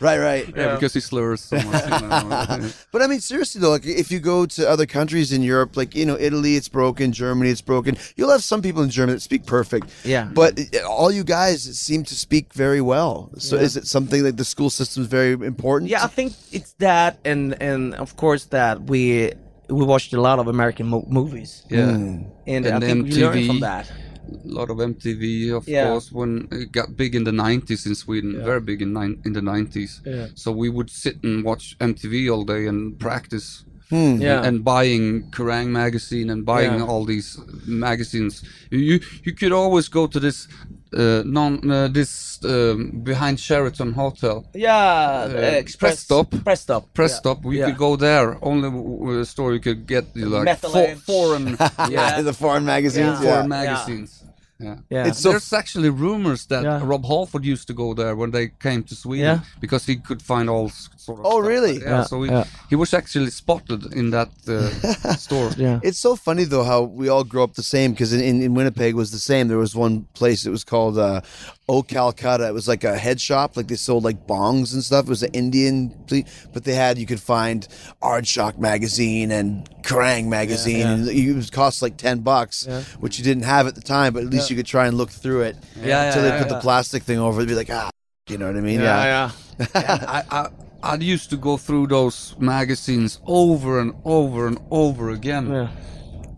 Speaker 5: right, right.
Speaker 7: Yeah, because he slurs so much. you know.
Speaker 5: But I mean, seriously though, like if you go to other countries in Europe, like you know, Italy, it's broken. Germany, it's broken. You'll have some people in Germany that speak perfect.
Speaker 6: Yeah.
Speaker 5: But i- all you guys seem to speak very well. So is it something that the school system is very important?
Speaker 6: Yeah, I think it's that, and and of course that we we watched a lot of American mo- movies, Mm.
Speaker 7: Yeah. Mm.
Speaker 6: and, I
Speaker 7: And
Speaker 6: think we learned
Speaker 7: MTV.
Speaker 6: from that.
Speaker 7: A lot of MTV, of
Speaker 6: Yeah.
Speaker 7: course, when it got big in the 90s in Sweden, very big in, nine in the 90s.
Speaker 6: Yeah.
Speaker 7: So we would sit and watch MTV all day and practice.
Speaker 6: Yeah,
Speaker 7: Mm. And buying Kerrang magazine and buying
Speaker 6: Yeah.
Speaker 7: all these magazines, you you could always go to this uh, non uh, this um, behind Sheraton Hotel
Speaker 6: yeah, the
Speaker 7: uh,
Speaker 6: express
Speaker 7: press stop.
Speaker 6: press stop,
Speaker 7: press
Speaker 6: yeah.
Speaker 7: stop. We
Speaker 6: yeah.
Speaker 7: could go there. Only w- w- store you could get the, like
Speaker 6: Metal
Speaker 7: fo-
Speaker 6: Edge.
Speaker 7: foreign
Speaker 5: uh, the foreign magazines.
Speaker 6: Yeah.
Speaker 7: foreign
Speaker 5: Yeah.
Speaker 7: magazines. Yeah.
Speaker 6: Yeah.
Speaker 7: It's There's actually rumors that
Speaker 6: Yeah.
Speaker 7: Rob Halford used to go there when they came to Sweden
Speaker 6: Yeah.
Speaker 7: because he could find all s- sort of.
Speaker 5: Oh,
Speaker 7: stuff.
Speaker 5: really?
Speaker 7: Yeah.
Speaker 6: Yeah,
Speaker 7: so he,
Speaker 6: yeah.
Speaker 7: he was actually spotted in that uh, store.
Speaker 6: Yeah.
Speaker 5: It's so funny though how we all grew up the same because in, in, in Winnipeg was the same. There was one place it was called uh, O Calcutta. It was like a head shop, like they sold like bongs and stuff. It was an Indian, ple- but they had you could find Ard Shock magazine and Krang magazine. And it was cost like ten bucks, which you didn't have at the time, but at least you could try and look through it
Speaker 6: Yeah,
Speaker 5: until
Speaker 6: yeah,
Speaker 5: they put
Speaker 6: yeah.
Speaker 5: the plastic thing over. it be like ah, you know what I mean?
Speaker 6: yeah.
Speaker 7: I, I I used to go through those magazines over and over and over again.
Speaker 6: Yeah.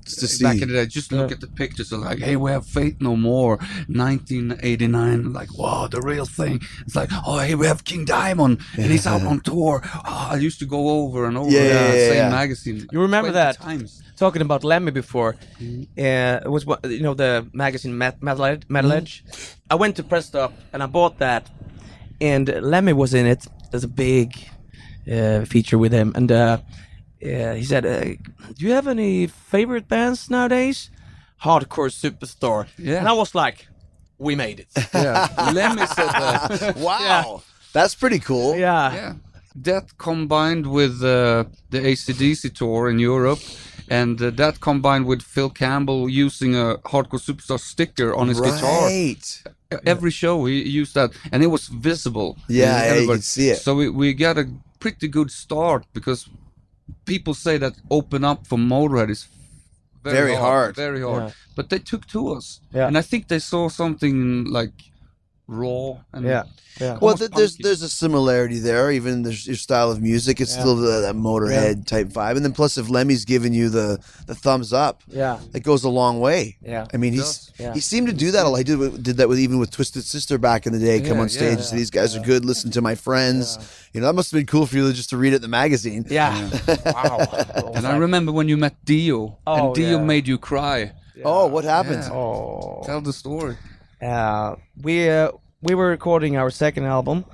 Speaker 5: Just to see.
Speaker 7: Back in the day, just look at the pictures of like, hey, we have Faith No More, 1989. Like, wow, the real thing. It's like, oh, hey, we have King Diamond, and he's out on tour. Oh, I used to go over and over
Speaker 5: Yeah,
Speaker 7: that
Speaker 5: yeah, yeah,
Speaker 7: same
Speaker 5: yeah.
Speaker 7: magazine. like
Speaker 6: You remember
Speaker 7: 20
Speaker 6: that?
Speaker 7: Times.
Speaker 6: Talking about Lemmy before,
Speaker 7: Mm-hmm.
Speaker 6: uh, it was what you know the magazine Metal Metal Edge. Metal Edge. I went to Press Stop and I bought that, and Lemmy was in it. There's a big uh, feature with him, and uh, uh, he said, uh, "Do you have any favorite bands nowadays?" Hardcore superstar.
Speaker 7: Yeah.
Speaker 6: And I was like, "We made it."
Speaker 7: Yeah, Lemmy said that.
Speaker 2: Wow.
Speaker 5: That's pretty cool.
Speaker 6: yeah.
Speaker 7: Yeah, that combined with uh, the ACDC tour in Europe, and uh, that combined with Phil Campbell using a hardcore superstar sticker on his guitar.
Speaker 5: Right.
Speaker 7: every show he used that and it was visible
Speaker 5: Yeah, yeah, you
Speaker 7: Everybody-
Speaker 5: could see it.
Speaker 7: so we, we got a pretty good start because people say that open up for motorhead is very,
Speaker 5: Very hard.
Speaker 7: very hard but they took to us
Speaker 6: Yeah.
Speaker 7: and i think they saw something like raw and
Speaker 6: Yeah. Yeah.
Speaker 5: Well,
Speaker 7: almost
Speaker 5: th- there's
Speaker 7: punky.
Speaker 5: there's a similarity there. Even there's your style of music, it's still the, that Motorhead type vibe. And then plus, if Lemmy's giving you the the thumbs up,
Speaker 6: Yeah.
Speaker 5: it goes a long way.
Speaker 6: Yeah.
Speaker 5: I mean, he's
Speaker 6: does. Yeah.
Speaker 5: he seemed to do that. a lot. He did with- did that with even with Twisted Sister back in the day. Come
Speaker 7: Yeah,
Speaker 5: on stage
Speaker 7: yeah.
Speaker 5: and say these guys are good. Listen to my friends. You know that must have been cool for you just to read it in the magazine.
Speaker 6: Yeah. wow.
Speaker 7: and i remember when you met dio
Speaker 6: Oh,
Speaker 7: and dio
Speaker 6: yeah.
Speaker 7: made you cry
Speaker 5: Oh, what happened?
Speaker 7: Yeah.
Speaker 6: Oh.
Speaker 7: tell the story
Speaker 6: uh, we uh, we were recording our second album,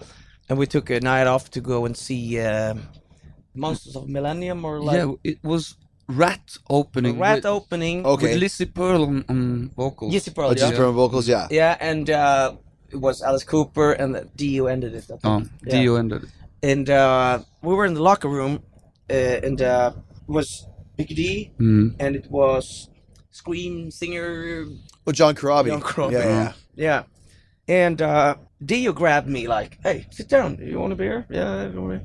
Speaker 6: and we took a night off to go and see uh, Monsters of Millennium or like
Speaker 7: yeah it was rat opening Oh.
Speaker 6: Rat
Speaker 7: with,
Speaker 6: opening.
Speaker 5: Okay.
Speaker 7: with lizzie pearl on, on vocals
Speaker 6: Yes,
Speaker 5: Oh,
Speaker 6: Pearl.
Speaker 5: just
Speaker 6: Yeah.
Speaker 5: from vocals, yeah.
Speaker 6: yeah, and uh, it was Alice Cooper and Dio ended it. I think.
Speaker 7: oh,
Speaker 6: Yeah.
Speaker 7: dio ended it
Speaker 6: And uh, we were in the locker room, uh, and uh, it was Big D,
Speaker 7: Mm.
Speaker 6: and it was Scream singer
Speaker 5: Oh, John Corabi.
Speaker 6: John Corabi.
Speaker 5: Yeah, yeah.
Speaker 6: Yeah. And uh, Dio grabbed me like, "Hey, sit down. You want a beer? Yeah." you want a beer?"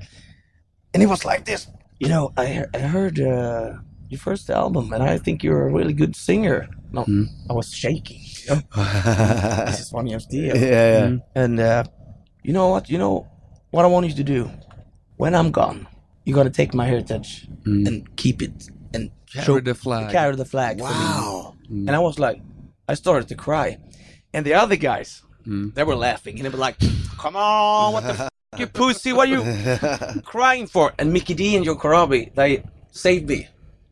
Speaker 6: And he was like this. You know, I he- I heard uh, your first album, and I think you're a really good singer. No, I was shaking. You know? this is one year's Dio.
Speaker 5: yeah, yeah.
Speaker 6: And uh, you know what? You know what I want you to do. When I'm gone, you're gonna take my heritage and keep it and
Speaker 7: Carry the flag.
Speaker 6: Carry the flag. for me. And I was like, I started to cry, and the other guys, they were laughing and they were like, "Come on, what the f- you pussy? What are you crying for?" And Mickey D and John Corabi, they saved me.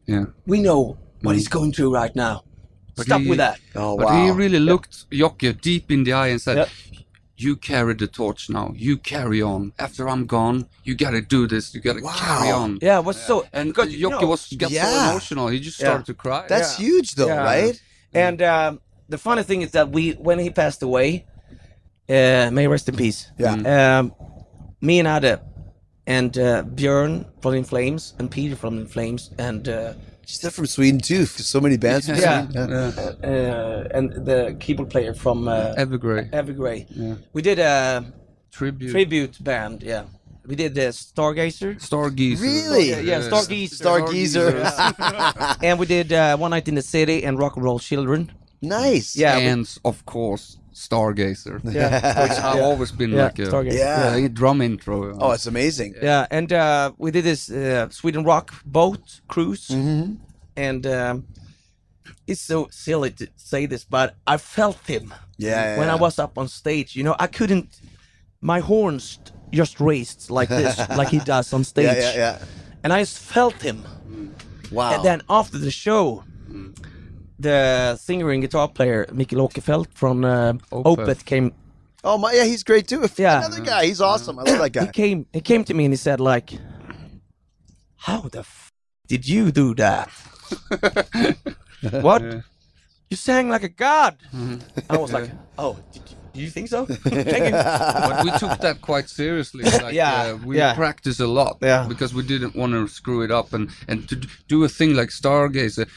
Speaker 7: yeah
Speaker 6: We know what he's going through right now. Stop
Speaker 7: he-
Speaker 6: with that.
Speaker 5: Oh,
Speaker 7: But
Speaker 5: wow.
Speaker 7: he really looked Jokke deep in the eye and said,
Speaker 6: Yep.
Speaker 7: "You carry the torch now. You carry on. After I'm gone, you gotta do this. You gotta carry on."
Speaker 6: Yeah, it was so
Speaker 7: And
Speaker 6: because,
Speaker 7: Jokke
Speaker 6: you know,
Speaker 7: was got so
Speaker 5: Yeah.
Speaker 7: emotional. He just started to cry.
Speaker 5: That's huge, though,
Speaker 6: Yeah.
Speaker 5: right?
Speaker 6: And um, the funny thing is that we, when he passed away, uh, may he rest in peace.
Speaker 5: Yeah.
Speaker 6: Um, me and Ada, and uh, Björn from In Flames, and Peter from In Flames, and uh,
Speaker 5: She's they're from Sweden too. So many bands. From
Speaker 6: Yeah.
Speaker 5: Sweden.
Speaker 6: uh, and the keyboard player from uh,
Speaker 7: Evergrey
Speaker 6: Evergrey. We did a
Speaker 7: tribute.
Speaker 6: tribute band. Yeah, we did the Stargazer.
Speaker 7: Stargazer.
Speaker 5: Really?
Speaker 6: Yeah, yeah, Stargazer.
Speaker 5: Stargazer.
Speaker 6: and we did uh, One Night in the City and Rock and Roll Children.
Speaker 5: nice.
Speaker 6: Yeah, we-
Speaker 7: and of course, Stargazer.
Speaker 6: yeah,
Speaker 7: Which I've always been
Speaker 6: yeah,
Speaker 7: like a,
Speaker 6: Stargazer.
Speaker 5: Yeah.
Speaker 7: a drum intro.
Speaker 5: Oh, it's amazing.
Speaker 6: Yeah, and uh, we did this uh, Sweden Rock boat cruise,
Speaker 5: Mm-hmm.
Speaker 6: and um, it's so silly to say this, but I felt him
Speaker 5: Yeah, yeah,
Speaker 6: when I
Speaker 5: yeah.
Speaker 6: was up on stage. You know, I couldn't. My horns just raised like this, like he does on stage,
Speaker 5: Yeah, yeah, yeah.
Speaker 6: and I just felt him.
Speaker 5: Wow.
Speaker 6: And then after the show, the singer and guitar player Mikael Åkerfeldt from uh,
Speaker 7: Opeth.
Speaker 6: Opeth came
Speaker 5: oh my, yeah, he's great too.
Speaker 6: Yeah.
Speaker 5: Another guy. He's awesome. I love that
Speaker 6: he
Speaker 5: guy.
Speaker 6: came he came to me and he said like how the f- did you do that what you sang like a god.
Speaker 7: Mm-hmm.
Speaker 6: And I was like, oh, d- d- do you think so? Thank you.
Speaker 7: but we took that quite seriously. Like,
Speaker 6: Yeah,
Speaker 7: uh, we
Speaker 6: yeah.
Speaker 7: practiced a lot
Speaker 6: Yeah.
Speaker 7: because we didn't want to screw it up and and to d- do a thing like Stargazer.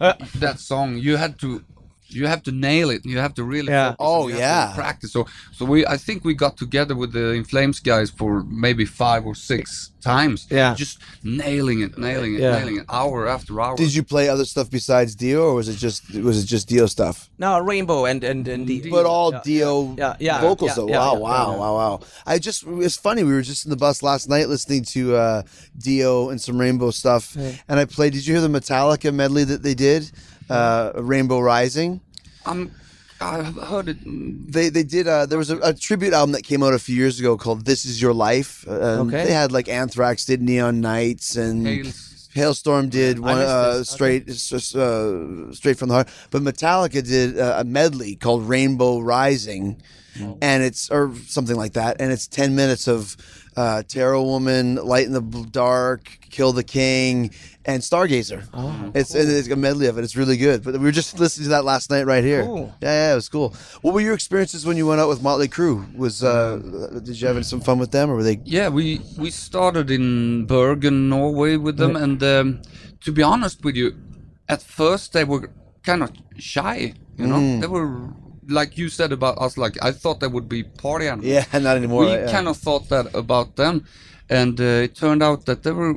Speaker 6: Uh.
Speaker 7: that song you had to. You have to nail it. You have to really
Speaker 6: Yeah.
Speaker 7: focus and
Speaker 5: Oh,
Speaker 7: you have to
Speaker 5: yeah.
Speaker 7: practice. So, so we I think we got together with the In Flames guys for maybe five or six times.
Speaker 6: Yeah.
Speaker 7: just nailing it, nailing it,
Speaker 6: Yeah.
Speaker 7: nailing it, hour after hour.
Speaker 5: Did you play other stuff besides Dio, or was it just was it just Dio stuff?
Speaker 6: no, Rainbow and and and the,
Speaker 5: But all
Speaker 6: yeah,
Speaker 5: Dio
Speaker 6: yeah, yeah,
Speaker 5: vocals
Speaker 6: yeah,
Speaker 5: though.
Speaker 6: yeah,
Speaker 5: wow,
Speaker 6: yeah,
Speaker 5: wow,
Speaker 6: yeah.
Speaker 5: wow, wow. I just it was funny. We were just in the bus last night listening to uh, Dio and some Rainbow stuff, and I played. Did you hear the Metallica medley that they did? Uh,
Speaker 6: Mm-hmm.
Speaker 5: Rainbow Rising.
Speaker 7: I'm, I've heard it. mm,
Speaker 5: They they did. Uh, there was a, a tribute album that came out a few years ago called "This Is Your Life." Uh, and
Speaker 6: Okay.
Speaker 5: They had like Anthrax did Neon Nights and
Speaker 7: Hails-
Speaker 5: Hailstorm did one
Speaker 6: missed
Speaker 5: uh,
Speaker 6: this.
Speaker 5: straight s- uh, straight from the heart, but Metallica did uh, a medley called Rainbow Rising,
Speaker 6: Oh.
Speaker 5: and it's or something like that, and it's ten minutes of uh, Terror Woman, Light in the Bl- Dark, Kill the King, and Stargazer.
Speaker 6: Oh,
Speaker 5: it's and it's a medley of it. It's really good. But we were just listening to that last night right here.
Speaker 6: Cool.
Speaker 5: Yeah, yeah, it was cool. What were your experiences when you went out with Motley Crue? Was
Speaker 6: Um,
Speaker 5: uh, did you have some fun with them, or were they?
Speaker 7: Yeah, we we started in Bergen, Norway, with them, and um, to be honest with you, at first they were kind of shy. You know, they were like you said about us. Like I thought they would be party animals.
Speaker 5: Yeah, not anymore.
Speaker 7: we
Speaker 5: right? Yeah.
Speaker 7: kind of thought that about them, and uh, it turned out that they were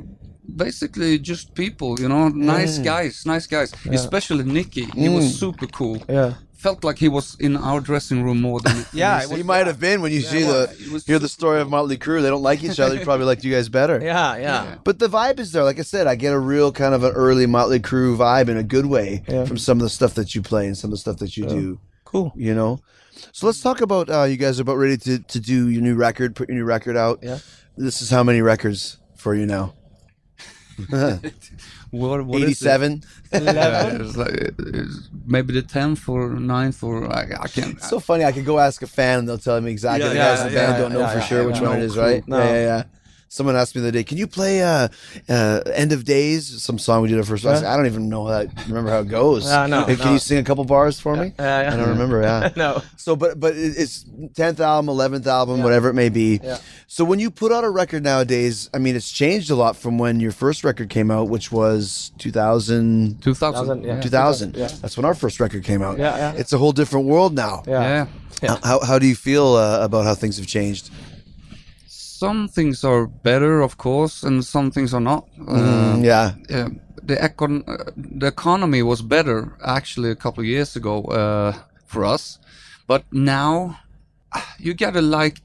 Speaker 7: basically just people. You know, nice guys, nice guys. Especially Nicky, he was super cool.
Speaker 6: Yeah.
Speaker 7: Felt like he was in our dressing room more than
Speaker 6: Yeah, it
Speaker 5: He
Speaker 6: was,
Speaker 5: might have been when you see the
Speaker 7: it was
Speaker 5: hear the story of Motley Crue. They don't like each other. He probably liked you guys better.
Speaker 6: yeah, yeah.
Speaker 5: But the vibe is there. Like I said, I get a real kind of an early Motley Crue vibe in a good way from some of the stuff that you play and some of the stuff that you do.
Speaker 6: Cool.
Speaker 5: You know. So let's talk about uh, you guys are about ready to to do your new record, put your new record out.
Speaker 6: Yeah.
Speaker 5: This is how many records for you now?
Speaker 7: what, what is it?
Speaker 5: Eighty-seven.
Speaker 7: Yeah, it's like, it's maybe the tenth or ninth or I, I can't.
Speaker 5: So funny. I could go ask a fan and they'll tell me exactly.
Speaker 6: Yeah,
Speaker 5: the
Speaker 6: yeah,
Speaker 5: guys in the
Speaker 6: yeah,
Speaker 5: band
Speaker 6: yeah,
Speaker 5: don't know
Speaker 6: yeah,
Speaker 5: for
Speaker 6: yeah,
Speaker 5: sure
Speaker 6: yeah,
Speaker 5: which
Speaker 6: yeah.
Speaker 5: one it is, right?
Speaker 6: No.
Speaker 5: Yeah, yeah, yeah. Someone asked me the other day, "Can you play uh, uh, "End of Days"? Some song we did at first. I, said, I don't even know how, remember how it goes.
Speaker 6: Uh, no,
Speaker 5: Hey, Can
Speaker 6: no.
Speaker 5: you sing a couple bars for me?
Speaker 6: yeah, yeah.
Speaker 5: I don't remember. Yeah.
Speaker 6: No.
Speaker 5: So, but but it- it's tenth album, eleventh album, whatever it may be. So when you put out a record nowadays, I mean, it's changed a lot from when your first record came out, which was two thousand.
Speaker 7: Two thousand.
Speaker 6: yeah.
Speaker 5: 2000. That's when our first record came out.
Speaker 6: Yeah, yeah.
Speaker 5: It's a whole different world now.
Speaker 6: Yeah.
Speaker 7: yeah.
Speaker 5: How, how do you feel uh, about how things have changed?
Speaker 7: Some things are better, of course, and some things are not.
Speaker 5: Mm.
Speaker 7: Uh,
Speaker 5: yeah.
Speaker 7: yeah, the econ- uh, the economy was better actually a couple of years ago uh, for us, but now ah, you gotta like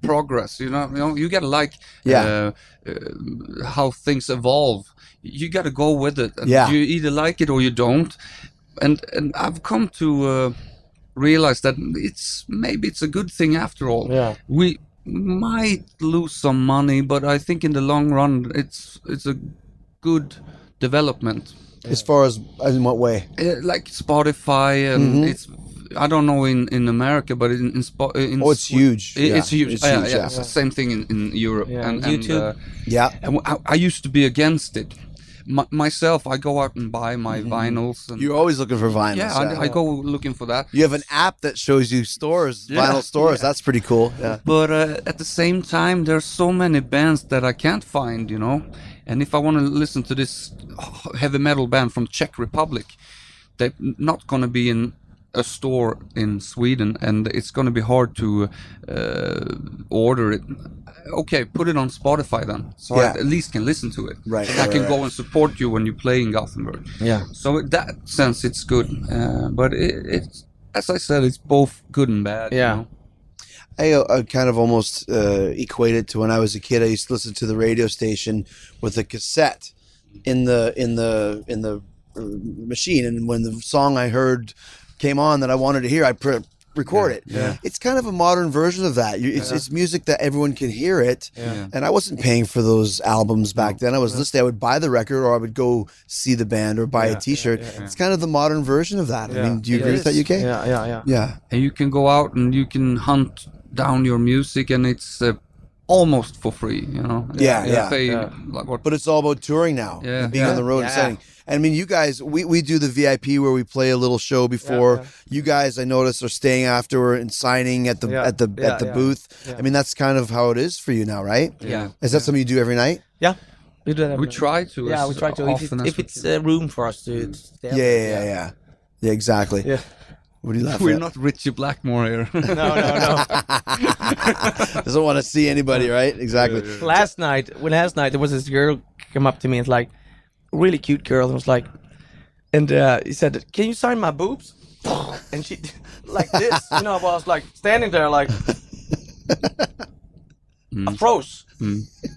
Speaker 7: progress. You know, you, know, you gotta like
Speaker 5: Yeah.
Speaker 7: uh, uh, how things evolve. You gotta go with it. And
Speaker 5: Yeah.
Speaker 7: you either like it or you don't. And and I've come to uh, realize that it's maybe it's a good thing after all.
Speaker 6: Yeah.
Speaker 7: We might lose some money, but I think in the long run, it's it's a good development.
Speaker 5: As far as in what way?
Speaker 7: Uh, like Spotify
Speaker 5: Mm-hmm.
Speaker 7: and it's I don't know in, in America, but in in, Spo- in
Speaker 5: Oh, it's
Speaker 7: Swi-
Speaker 5: huge.
Speaker 7: It-
Speaker 5: Yeah,
Speaker 7: It's huge.
Speaker 5: it's
Speaker 7: yeah,
Speaker 5: huge,
Speaker 7: yeah.
Speaker 5: yeah.
Speaker 7: it's the Same thing in, in Europe
Speaker 6: Yeah,
Speaker 7: and
Speaker 6: YouTube.
Speaker 7: And, uh,
Speaker 5: Yeah.
Speaker 7: and I, I used to be against it. My, myself, I go out and buy my vinyls. And,
Speaker 5: You're always looking for vinyls.
Speaker 7: Mm-hmm. yeah, I, I go looking for that.
Speaker 5: You have an app that shows you stores, vinyl stores. That's pretty cool. Yeah.
Speaker 7: But uh, at the same time, there's so many bands that I can't find, you know. And if I want to listen to this heavy metal band from Czech Republic, they're not going to be in a store in Sweden, and it's going to be hard to uh, order it. Okay, put it on Spotify then, so
Speaker 5: Yeah.
Speaker 7: I at least can listen to it.
Speaker 5: Right,
Speaker 7: and
Speaker 5: right,
Speaker 7: I can
Speaker 5: right,
Speaker 7: go and support you when you play in Gothenburg.
Speaker 5: Yeah.
Speaker 7: So in that sense, it's good. Uh, but it, it's as I said, it's both good and bad. you
Speaker 6: Yeah.
Speaker 7: know?
Speaker 5: I, uh, I kind of almost uh, equate it to when I was a kid. I used to listen to the radio station with a cassette in the in the in the uh, machine, and when the song I heard came on that I wanted to hear, I pr- record it. It's kind of a modern version of that. You- It's, it's music that everyone can hear it. And I wasn't paying for those albums back then. I was listening. I would buy the record, or I would go see the band, or buy a T-shirt. It's kind of the modern version of that. I mean, do you agree with that, UK?
Speaker 6: Yeah, yeah, yeah.
Speaker 5: yeah.
Speaker 7: and you can go out and you can hunt down your music and it's uh, almost for free. You know.
Speaker 5: Yeah, yeah,
Speaker 7: Pay,
Speaker 6: yeah.
Speaker 7: Like what?
Speaker 5: But it's all about touring now
Speaker 7: Yeah.
Speaker 5: and being
Speaker 7: Yeah.
Speaker 5: on the road and
Speaker 6: Yeah.
Speaker 5: setting. And I mean, you guys, we, we do the VIP where we play a little show before. You guys, I notice, are staying after and signing at the
Speaker 6: Yeah.
Speaker 5: at the
Speaker 6: Yeah,
Speaker 5: at the
Speaker 6: yeah.
Speaker 5: booth. I mean, that's kind of how it is for you now, right?
Speaker 7: Yeah.
Speaker 5: Is that something you do every night?
Speaker 6: Yeah, we do that.
Speaker 7: We try to.
Speaker 6: Yeah,
Speaker 7: as
Speaker 6: we try to. If,
Speaker 7: Often
Speaker 6: it,
Speaker 7: as
Speaker 6: if
Speaker 7: we
Speaker 6: it's uh, room for us to. stay
Speaker 5: Yeah,
Speaker 6: up there.
Speaker 5: yeah, yeah, yeah. Yeah, exactly.
Speaker 6: Yeah.
Speaker 5: What do you laugh
Speaker 7: We're
Speaker 5: at?
Speaker 7: not Richie Blackmore here.
Speaker 6: No, no,
Speaker 5: Doesn't want to see anybody, right? Exactly.
Speaker 6: no. last night, well, last night there was this girl came up to me and like, really cute girl, and was like, and uh, he said, "Can you sign my boobs?" And she, like this, you know, I was like standing there, like,
Speaker 5: Mm.
Speaker 6: I froze,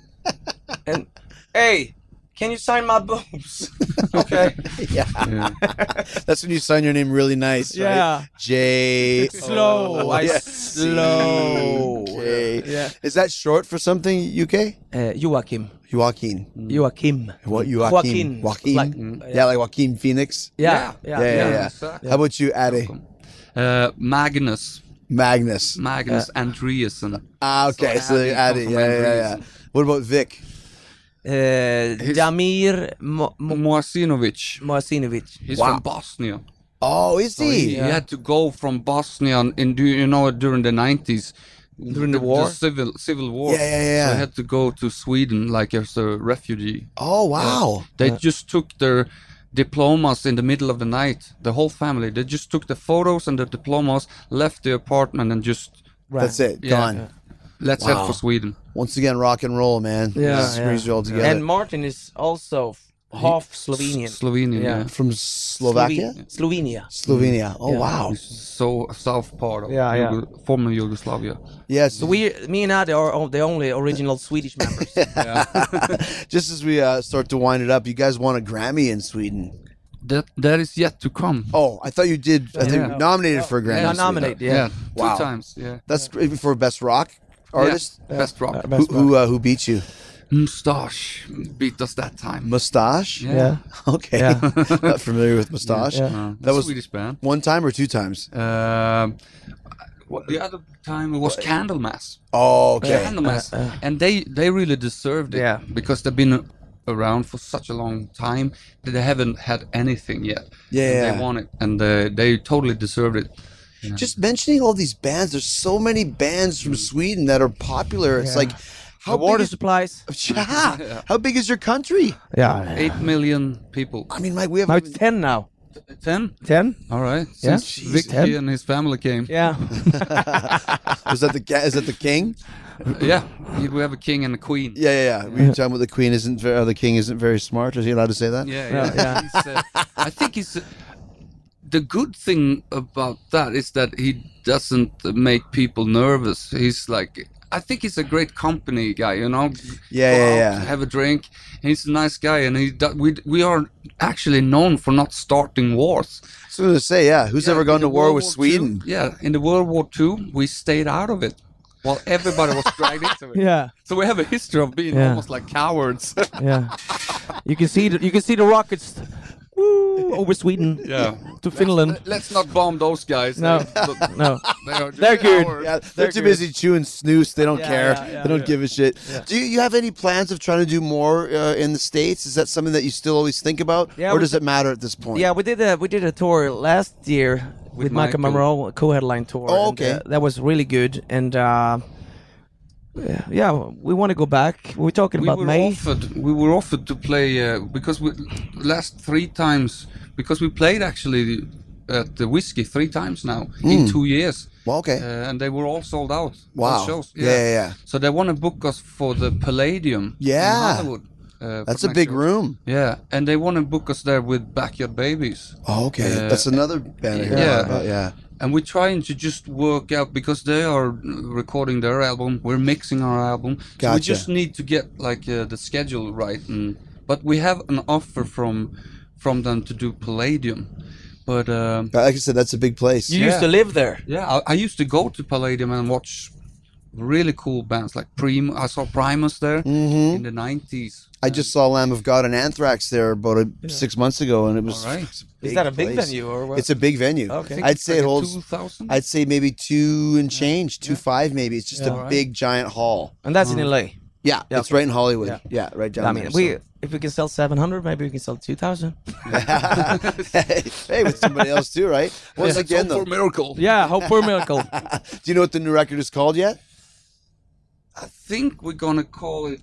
Speaker 6: and hey, can you sign my boobs? okay,
Speaker 5: That's when you sign your name really nice, right?
Speaker 6: Yeah.
Speaker 5: J.
Speaker 6: slow, Oh, I
Speaker 5: yeah.
Speaker 6: slow.
Speaker 5: Okay.
Speaker 6: Yeah.
Speaker 5: Is that short for something, UK?
Speaker 6: Uh, Joachim,
Speaker 5: Joaquin.
Speaker 6: Joachim.
Speaker 5: What Joaquin?
Speaker 6: Mm. Joaquin.
Speaker 5: Joaquin.
Speaker 6: Like-
Speaker 5: yeah, like Joaquin Phoenix.
Speaker 6: Yeah,
Speaker 5: Yeah, yeah, yeah.
Speaker 7: exactly.
Speaker 5: How about you, Addy?
Speaker 7: Uh, Magnus,
Speaker 5: Magnus.
Speaker 7: Magnus Andreasen.
Speaker 5: Ah, okay. So,
Speaker 7: So Mm. Addy
Speaker 5: Addy.
Speaker 7: comes
Speaker 5: Yeah,
Speaker 7: from
Speaker 5: yeah, yeah. What about Vic?
Speaker 6: Uh, Damir Mo- Mo-
Speaker 7: Moasinovic.
Speaker 6: Moasinovic.
Speaker 7: He's
Speaker 5: Wow.
Speaker 7: from Bosnia.
Speaker 5: Oh, is
Speaker 7: So he,
Speaker 5: he?
Speaker 7: he had to go from Bosnia and- and do you know during the nineties during
Speaker 6: the war?
Speaker 7: civil civil war
Speaker 5: Yeah, yeah, yeah.
Speaker 7: so he had to go to Sweden like as a refugee
Speaker 5: Oh, wow.
Speaker 7: they just took their diplomas in the middle of the night the whole family they just took the photos and the diplomas left the apartment and just
Speaker 5: That's it.
Speaker 7: Yeah.
Speaker 5: Gone.
Speaker 7: let's head for Sweden
Speaker 5: Once again, rock and roll, man.
Speaker 6: Yeah,
Speaker 5: This brings
Speaker 6: yeah.
Speaker 5: you all together.
Speaker 6: And Martin is also f- half Slovenian.
Speaker 7: Slovenian yeah,
Speaker 5: from Slovakia,
Speaker 6: Sloven- Slovenia.
Speaker 5: Slovenia. Oh, wow.
Speaker 7: so south part of
Speaker 6: Yeah, yeah.
Speaker 7: Yugo- former Yugoslavia
Speaker 5: Yes.
Speaker 6: So we, me and Adi are o- the only original Swedish members.
Speaker 5: just as we uh, start to wind it up, you guys won a Grammy in Sweden.
Speaker 7: that that is yet to come
Speaker 5: Oh, I thought you did. I think
Speaker 7: Yeah.
Speaker 5: you nominated for a Grammy.
Speaker 6: Yeah,
Speaker 5: in Sweden.
Speaker 6: nominated, yeah.
Speaker 5: Wow.
Speaker 7: two times yeah
Speaker 5: That's great for best rock artist.
Speaker 7: yeah. best rock
Speaker 5: Who who, uh, who beat you?
Speaker 7: Mustache beat us that time.
Speaker 5: Mustache.
Speaker 7: Yeah.
Speaker 5: Okay. Not familiar with Mustache.
Speaker 7: Uh,
Speaker 5: That was
Speaker 7: Swedish band.
Speaker 5: one time or two times.
Speaker 7: Um, what- the other time it was Candlemass.
Speaker 5: Oh, okay.
Speaker 7: Candlemass, and they they really deserved it
Speaker 6: Yeah.
Speaker 7: because they've been around for such a long time that they haven't had anything yet.
Speaker 5: Yeah,
Speaker 7: And
Speaker 5: yeah.
Speaker 7: they won it, and uh, they totally deserved it.
Speaker 5: Just mentioning all these bands. There's so many bands from Sweden that are popular. It's like how
Speaker 6: the water
Speaker 5: big
Speaker 6: supplies.
Speaker 5: is, yeah. How big is your country?
Speaker 6: Yeah.
Speaker 7: Eight million people.
Speaker 5: I mean, Mike, we have
Speaker 6: Now it's ten now.
Speaker 7: Ten.
Speaker 6: Ten?
Speaker 7: All right.
Speaker 6: Yeah.
Speaker 7: Since Vicky and his family came.
Speaker 6: Yeah.
Speaker 5: is that the ga- is that the king?
Speaker 7: Yeah. We have a king and a queen.
Speaker 5: Yeah, yeah, yeah. We were talking about the queen isn't very, or the king isn't very smart. Is he allowed to say that?
Speaker 7: Yeah,
Speaker 6: Yeah,
Speaker 7: yeah. He's, uh, I think he's. uh, the good thing about that is that he doesn't make people nervous. He's like, I think he's a great company guy, you know.
Speaker 5: Yeah,
Speaker 7: Go
Speaker 5: yeah,
Speaker 7: out,
Speaker 5: yeah.
Speaker 7: Have a drink. He's a nice guy, and he do, we we are actually known for not starting wars.
Speaker 5: I was going to say, yeah. Who's
Speaker 7: Yeah,
Speaker 5: ever
Speaker 7: in
Speaker 5: gone to
Speaker 7: the
Speaker 5: war
Speaker 7: World
Speaker 5: with
Speaker 7: War
Speaker 5: Sweden?
Speaker 7: II- yeah, in the World War II, we stayed out of it. While everybody was dragged into it,
Speaker 6: Yeah.
Speaker 7: so we have a history of being
Speaker 6: Yeah.
Speaker 7: almost like cowards.
Speaker 6: Yeah. you can see the, you can see the rockets woo, over Sweden
Speaker 7: yeah,
Speaker 6: to Finland.
Speaker 7: let's not bomb those guys.
Speaker 6: No.
Speaker 7: They-
Speaker 6: No.
Speaker 7: They are just
Speaker 6: They're good.
Speaker 7: cowards.
Speaker 5: Yeah, they're, too busy chewing snooze. They don't
Speaker 6: Yeah,
Speaker 5: care.
Speaker 6: yeah, yeah,
Speaker 5: they don't
Speaker 6: yeah.
Speaker 5: give a shit. Do you, you have any plans of trying to do more uh, in the states? Is that something that you still always think about,
Speaker 6: Yeah,
Speaker 5: or
Speaker 6: we-
Speaker 5: does it matter at this point?
Speaker 6: Yeah, we did a we did a tour last year with, Michael
Speaker 7: Michael.
Speaker 6: Monroe, a co-headline tour.
Speaker 5: Oh,
Speaker 6: and,
Speaker 5: okay.
Speaker 6: uh, that was really good, and uh, yeah, yeah, we want to go back. We We're talking
Speaker 7: we
Speaker 6: about
Speaker 7: were
Speaker 6: May.
Speaker 7: offered we were offered to play uh, because we last three times because we played actually uh, at the whiskey three times now in
Speaker 5: Hmm.
Speaker 7: two years
Speaker 5: Well, okay.
Speaker 7: uh, and they were all sold out
Speaker 5: Wow.
Speaker 7: all shows
Speaker 5: Yeah, yeah, yeah.
Speaker 7: so they want to book us for the Palladium
Speaker 5: Yeah.
Speaker 7: in Hollywood uh,
Speaker 5: That's
Speaker 7: for
Speaker 5: a
Speaker 7: next
Speaker 5: big
Speaker 7: year.
Speaker 5: room.
Speaker 7: yeah and they want to book us there with Backyard Babies
Speaker 5: Oh, okay.
Speaker 7: Uh,
Speaker 5: That's another band. I hear
Speaker 7: yeah.
Speaker 5: yeah, about. yeah.
Speaker 7: and we're trying to just work out because they are recording their album we're mixing our album so
Speaker 5: Gotcha.
Speaker 7: we just need to get like uh, the schedule right and but we have an offer from from them to do palladium but um
Speaker 5: Uh, But Like I said, that's a big place.
Speaker 6: You used to live there.
Speaker 7: yeah I, I used to go to palladium and watch really cool bands like Prim. I saw Primus there
Speaker 5: Mhm.
Speaker 7: in the '90s.
Speaker 5: I just saw Lamb of God and Anthrax there about a, six months ago, and it was.
Speaker 7: All right.
Speaker 5: it's
Speaker 6: Is that a big
Speaker 5: place.
Speaker 6: venue or what?
Speaker 5: It's a big venue.
Speaker 6: Okay. I think
Speaker 5: I'd say it holds.
Speaker 7: two thousand.
Speaker 5: I'd say maybe two and change, two five maybe. It's just a
Speaker 6: Yeah. All right.
Speaker 5: big giant hall.
Speaker 6: and that's
Speaker 5: Mm.
Speaker 6: in LA.
Speaker 5: Yeah,
Speaker 6: Yeah,
Speaker 5: it's right in Hollywood.
Speaker 6: Yeah.
Speaker 5: Yeah, right down
Speaker 6: I
Speaker 5: there.
Speaker 6: mean, we if we can sell 700, maybe we can sell 2,000.
Speaker 5: so. hey, with somebody else too, right? Once again, though, do
Speaker 7: miracle.
Speaker 6: Yeah, hope for a miracle.
Speaker 5: you know what the new record is called yet?
Speaker 7: I think we're gonna call it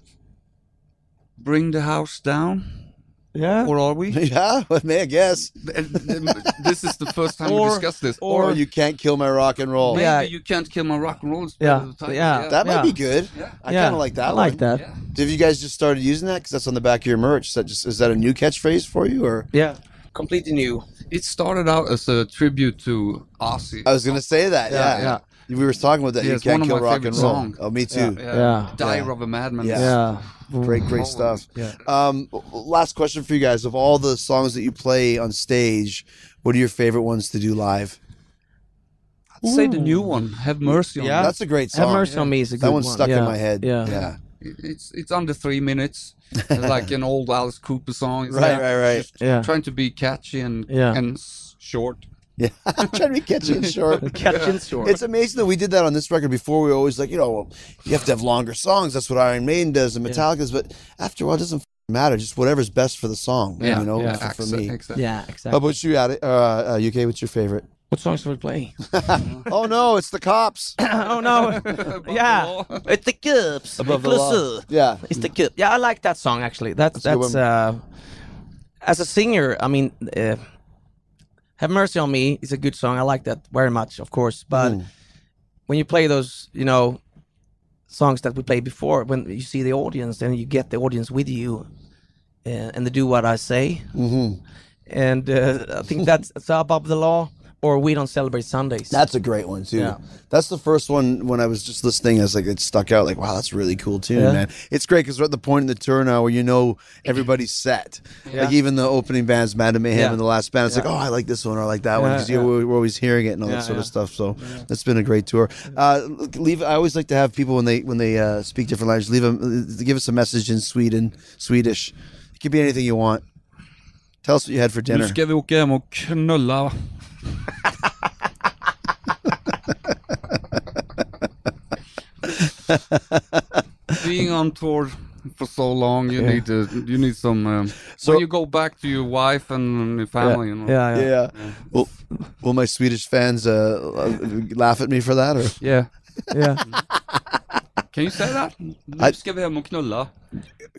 Speaker 7: "Bring the House Down,"
Speaker 6: yeah.
Speaker 7: or are we?
Speaker 5: yeah, with me, I guess.
Speaker 7: this is the first time
Speaker 6: Or-
Speaker 7: we discussed this.
Speaker 6: or-
Speaker 5: Or, you can't kill my rock and roll.
Speaker 7: Maybe
Speaker 6: Yeah.
Speaker 7: you can't kill my rock and roll. is
Speaker 6: Yeah,
Speaker 7: part of the title,
Speaker 6: yeah.
Speaker 5: That might
Speaker 6: uh, Yeah.
Speaker 5: be good.
Speaker 7: Yeah.
Speaker 5: I
Speaker 6: Yeah,
Speaker 5: kind of like that.
Speaker 6: I like
Speaker 5: one.
Speaker 6: that.
Speaker 7: yeah.
Speaker 5: Have you guys just started using that? Because that's on the back of your merch. Is that just is that a new catchphrase for you, or
Speaker 6: Yeah. Completely new.
Speaker 7: It started out as a tribute to Ozzy.
Speaker 5: I was gonna say that. Yeah,
Speaker 6: yeah.
Speaker 5: We were talking about that.
Speaker 7: Yeah,
Speaker 5: you
Speaker 7: it's
Speaker 5: can't
Speaker 7: one of
Speaker 5: kill
Speaker 7: my
Speaker 5: rock
Speaker 7: favorite
Speaker 5: and roll.
Speaker 7: songs.
Speaker 5: Oh, me too.
Speaker 6: Yeah.
Speaker 7: Dire of a Madman.
Speaker 5: Yeah.
Speaker 6: Yeah.
Speaker 5: Great, great stuff. Um, last question for you guys: Of all the songs that you play on stage, what are your favorite ones to do live?
Speaker 7: I'd say the new one, Have Mercy on
Speaker 6: Yeah.
Speaker 7: Me.
Speaker 5: That's a great
Speaker 6: Mm. Have
Speaker 5: song.
Speaker 6: mercy on me is a good
Speaker 5: that
Speaker 6: one.
Speaker 5: one's stuck
Speaker 6: Yeah.
Speaker 5: in my head.
Speaker 6: Yeah.
Speaker 5: yeah.
Speaker 7: It- It's it's under three minutes, like an old Alice Cooper song. It's
Speaker 5: Right,
Speaker 7: like
Speaker 5: right, right.
Speaker 7: just
Speaker 6: Yeah.
Speaker 7: Trying to be catchy and
Speaker 6: Yeah.
Speaker 7: and s- short.
Speaker 5: Yeah, I'm trying to be catchy and short.
Speaker 6: Catching short.
Speaker 5: It's amazing that we did that on this record before. We were always like, you know, well, you have to have longer songs. That's what Iron Maiden does and Metallica does. But after a while, it doesn't f- matter. Just whatever's best for the song. you know, for, for
Speaker 7: exa-
Speaker 5: me.
Speaker 7: exactly.
Speaker 6: yeah,
Speaker 5: How
Speaker 6: exactly.
Speaker 5: about you, Adi- uh, uh, UK? What's your favorite?
Speaker 6: What songs were we playing?
Speaker 5: oh no, it's the cops.
Speaker 6: oh no. yeah. It's the cups. Above
Speaker 5: the law. Yeah.
Speaker 6: It's the cup. Yeah, I like that song actually. That's
Speaker 5: a good
Speaker 6: that's, uh, as a singer. I mean, uh, "Have Mercy on Me" is a good song. I like that very much, of course. But when you play those, you know, songs that we played before, when you see the audience, then you get the audience with you, uh, and they do what I say.
Speaker 5: Mhm.
Speaker 6: And uh, I think that's it's above the law, or we don't celebrate Sundays.
Speaker 5: That's a great one too.
Speaker 6: Yeah.
Speaker 5: That's the first one when I was just listening. I was like, it stuck out. Like, wow, that's a really cool tune,
Speaker 6: Yeah.
Speaker 5: man. It's great because we're at the point in the tour now where you know everybody's set. Like even the opening bands, Madame Mayhem,
Speaker 6: Yeah.
Speaker 5: and the last band, it's like,
Speaker 6: Yeah.
Speaker 5: oh, I like this one or I like that one
Speaker 6: Yeah,
Speaker 5: because
Speaker 6: yeah.
Speaker 5: we're always hearing it and all
Speaker 6: Yeah,
Speaker 5: that sort of
Speaker 6: yeah.
Speaker 5: stuff. So that's been a great tour. Uh, look, leave. I always like to have people when they when they uh, speak different languages, leave them give us a message in Sweden, Swedish. It could be anything you want. Tell us what you had for dinner.
Speaker 7: Nu ska vi åka hem och knulla. Being on tour for so long, you need to, you need some. Um, so you go back to your wife and your family. you know.
Speaker 6: yeah, yeah.
Speaker 5: Yeah. Well, will my Swedish fans uh, laugh at me for that? Or
Speaker 7: yeah.
Speaker 6: yeah.
Speaker 7: Can you say that? Nu ska vi hem och knulla.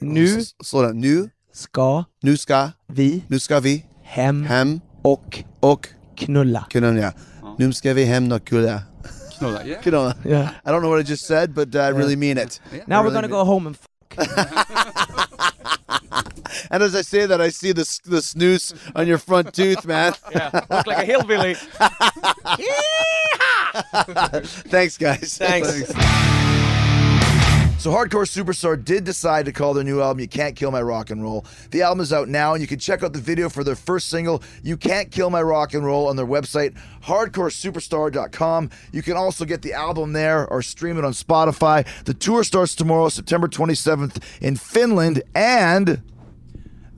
Speaker 6: Nu
Speaker 5: S- slow down. Nu,
Speaker 6: ska
Speaker 5: nu ska,
Speaker 6: vi
Speaker 5: nu ska vi
Speaker 6: hem
Speaker 5: hem
Speaker 6: och
Speaker 5: och
Speaker 6: knulla.
Speaker 5: knulla. Nu ska vi hem och knulla.
Speaker 7: Knulla, yeah.
Speaker 5: Knulla.
Speaker 6: Yeah.
Speaker 5: I don't know what I just said, but uh, I really mean it.
Speaker 6: Now we're
Speaker 5: really
Speaker 6: gonna
Speaker 5: mean-
Speaker 6: go home and f-
Speaker 5: And as I say that, I see the s- the snooze on your front tooth, man.
Speaker 6: look like a hillbilly.
Speaker 5: Thanks, guys.
Speaker 6: Thanks.
Speaker 4: So Hardcore Superstar did decide to call their new album You Can't Kill My Rock and Roll. The album is out now and you can check out the video for their first single You Can't Kill My Rock and Roll on their website hardcoresuperstar.com. You can also get the album there or stream it on Spotify. The tour starts tomorrow, September 27th in Finland and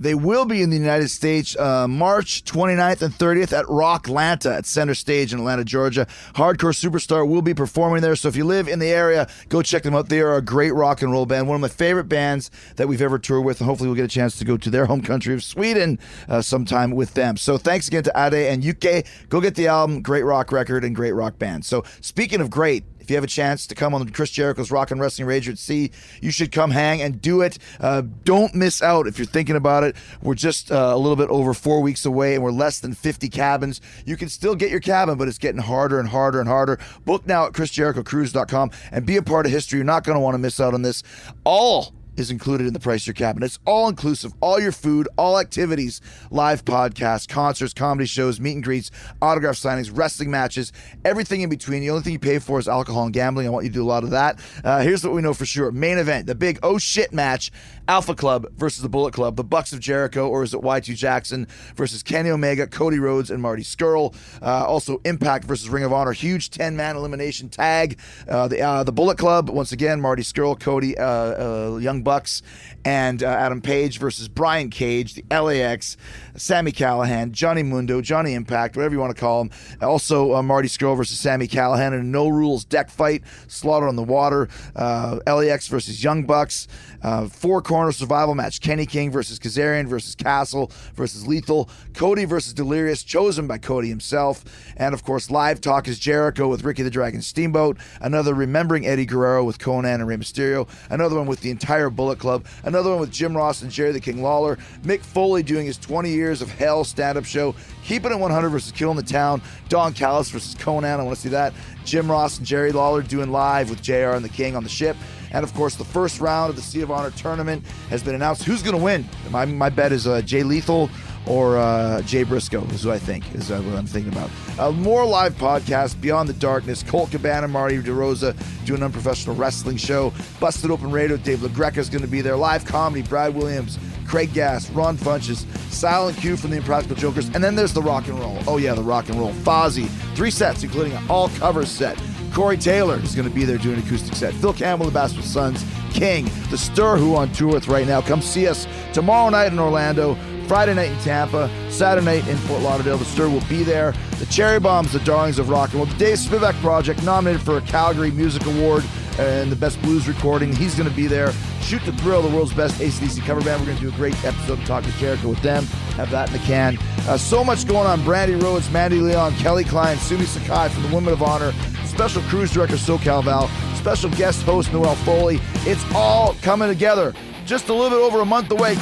Speaker 4: they will be in the United States uh, March 29th and 30th at Rocklanta at Center Stage in Atlanta, Georgia. Hardcore Superstar will be performing there. So if you live in the area, go check them out. They are a great rock and roll band, one of my favorite bands that we've ever toured with. And hopefully, we'll get a chance to go to their home country of Sweden uh, sometime with them. So thanks again to Ade and UK. Go get the album. Great rock record and great rock band. So speaking of great, if you have a chance to come on Chris Jericho's Rock and Wrestling Rager at Sea, you should come hang and do it. Uh, don't miss out if you're thinking about it. We're just uh, a little bit over four weeks away and we're less than 50 cabins. You can still get your cabin, but it's getting harder and harder and harder. Book now at ChrisJerichoCruise.com and be a part of history. You're not going to want to miss out on this. All is included in the price of your cabin. It's all inclusive, all your food, all activities, live podcasts, concerts, comedy shows, meet and greets, autograph signings, wrestling matches, everything in between. The only thing you pay for is alcohol and gambling. I want you to do a lot of that. Uh, here's what we know for sure: main event, the big oh shit match, Alpha Club versus the Bullet Club, the Bucks of Jericho, or is it Y2 Jackson versus Kenny Omega, Cody Rhodes, and Marty Skrull. Uh, also, Impact versus Ring of Honor, huge ten man elimination tag. Uh, the uh, the Bullet Club once again, Marty Skrull, Cody, uh, uh, Young Bucks, and uh, Adam Page versus Brian Cage, the LAX, Sammy Callahan, Johnny Mundo, Johnny Impact, whatever you want to call him. Also, uh, Marty Skrull versus Sammy Callahan in a no rules deck fight, Slaughter on the Water, uh, LAX versus Young Bucks, uh, four corner survival match, Kenny King versus Kazarian versus Castle versus Lethal, Cody versus Delirious, chosen by Cody himself, and of course, live talk is Jericho with Ricky the Dragon Steamboat, another remembering Eddie Guerrero with Conan and Rey Mysterio, another one with the entire Bullet Club, another one with Jim Ross and Jerry the King Lawler, Mick Foley doing his 20 years of hell stand up show, Keeping It 100 versus Killing the Town, Don Callis versus Conan, I want to see that, Jim Ross and Jerry Lawler doing live with JR and the King on the ship. And of course, the first round of the Sea of Honor tournament has been announced. Who's going to win? My, my bet is uh, Jay Lethal or uh, Jay Briscoe is who I think is uh, what I'm thinking about. Uh, more live podcasts, Beyond the Darkness, Colt Cabana, Marty DeRosa do an unprofessional wrestling show, Busted Open Radio, Dave LaGreca is going to be there, live comedy, Brad Williams, Craig Gass, Ron Funches, Silent Q from the Impractical Jokers, and then there's the rock and roll. Oh yeah, the rock and roll. Fozzy, three sets, including an all cover set. Corey Taylor is going to be there doing an acoustic set. Phil Campbell, the Bastard Sons, King, the Stir Who on tour with right now. Come see us tomorrow night in Orlando, Friday night in Tampa, Saturday night in Fort Lauderdale. The Stir will be there. The Cherry Bombs, the Darlings of Rock and Roll. The Dave Spivak Project, nominated for a Calgary Music Award and the Best Blues Recording. He's going to be there. Shoot the Thrill, the world's best ACDC cover band. We're going to do a great episode of Talk to Jericho with them. Have that in the can. Uh, so much going on. Brandy Rhodes, Mandy Leon, Kelly Klein, Sumi Sakai from the Women of Honor, special cruise director SoCal Val, special guest host Noel Foley. It's all coming together. Just a little bit over a month away,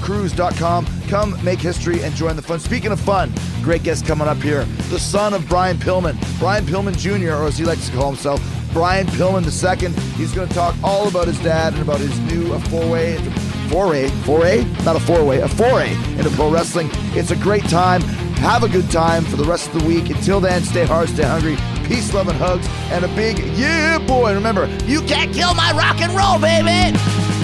Speaker 4: ChrisJerichoCruise.com. Come make history and join the fun. Speaking of fun, great guest coming up here. The son of Brian Pillman, Brian Pillman Jr., or as he likes to call himself, Brian Pillman II. He's going to talk all about his dad and about his new uh, four-way, foray, foray, not a four-way, a foray into pro wrestling. It's a great time. Have a good time for the rest of the week. Until then, stay hard, stay hungry. Peace, love, and hugs, and a big yeah, boy. Remember, you can't kill my rock and roll, baby.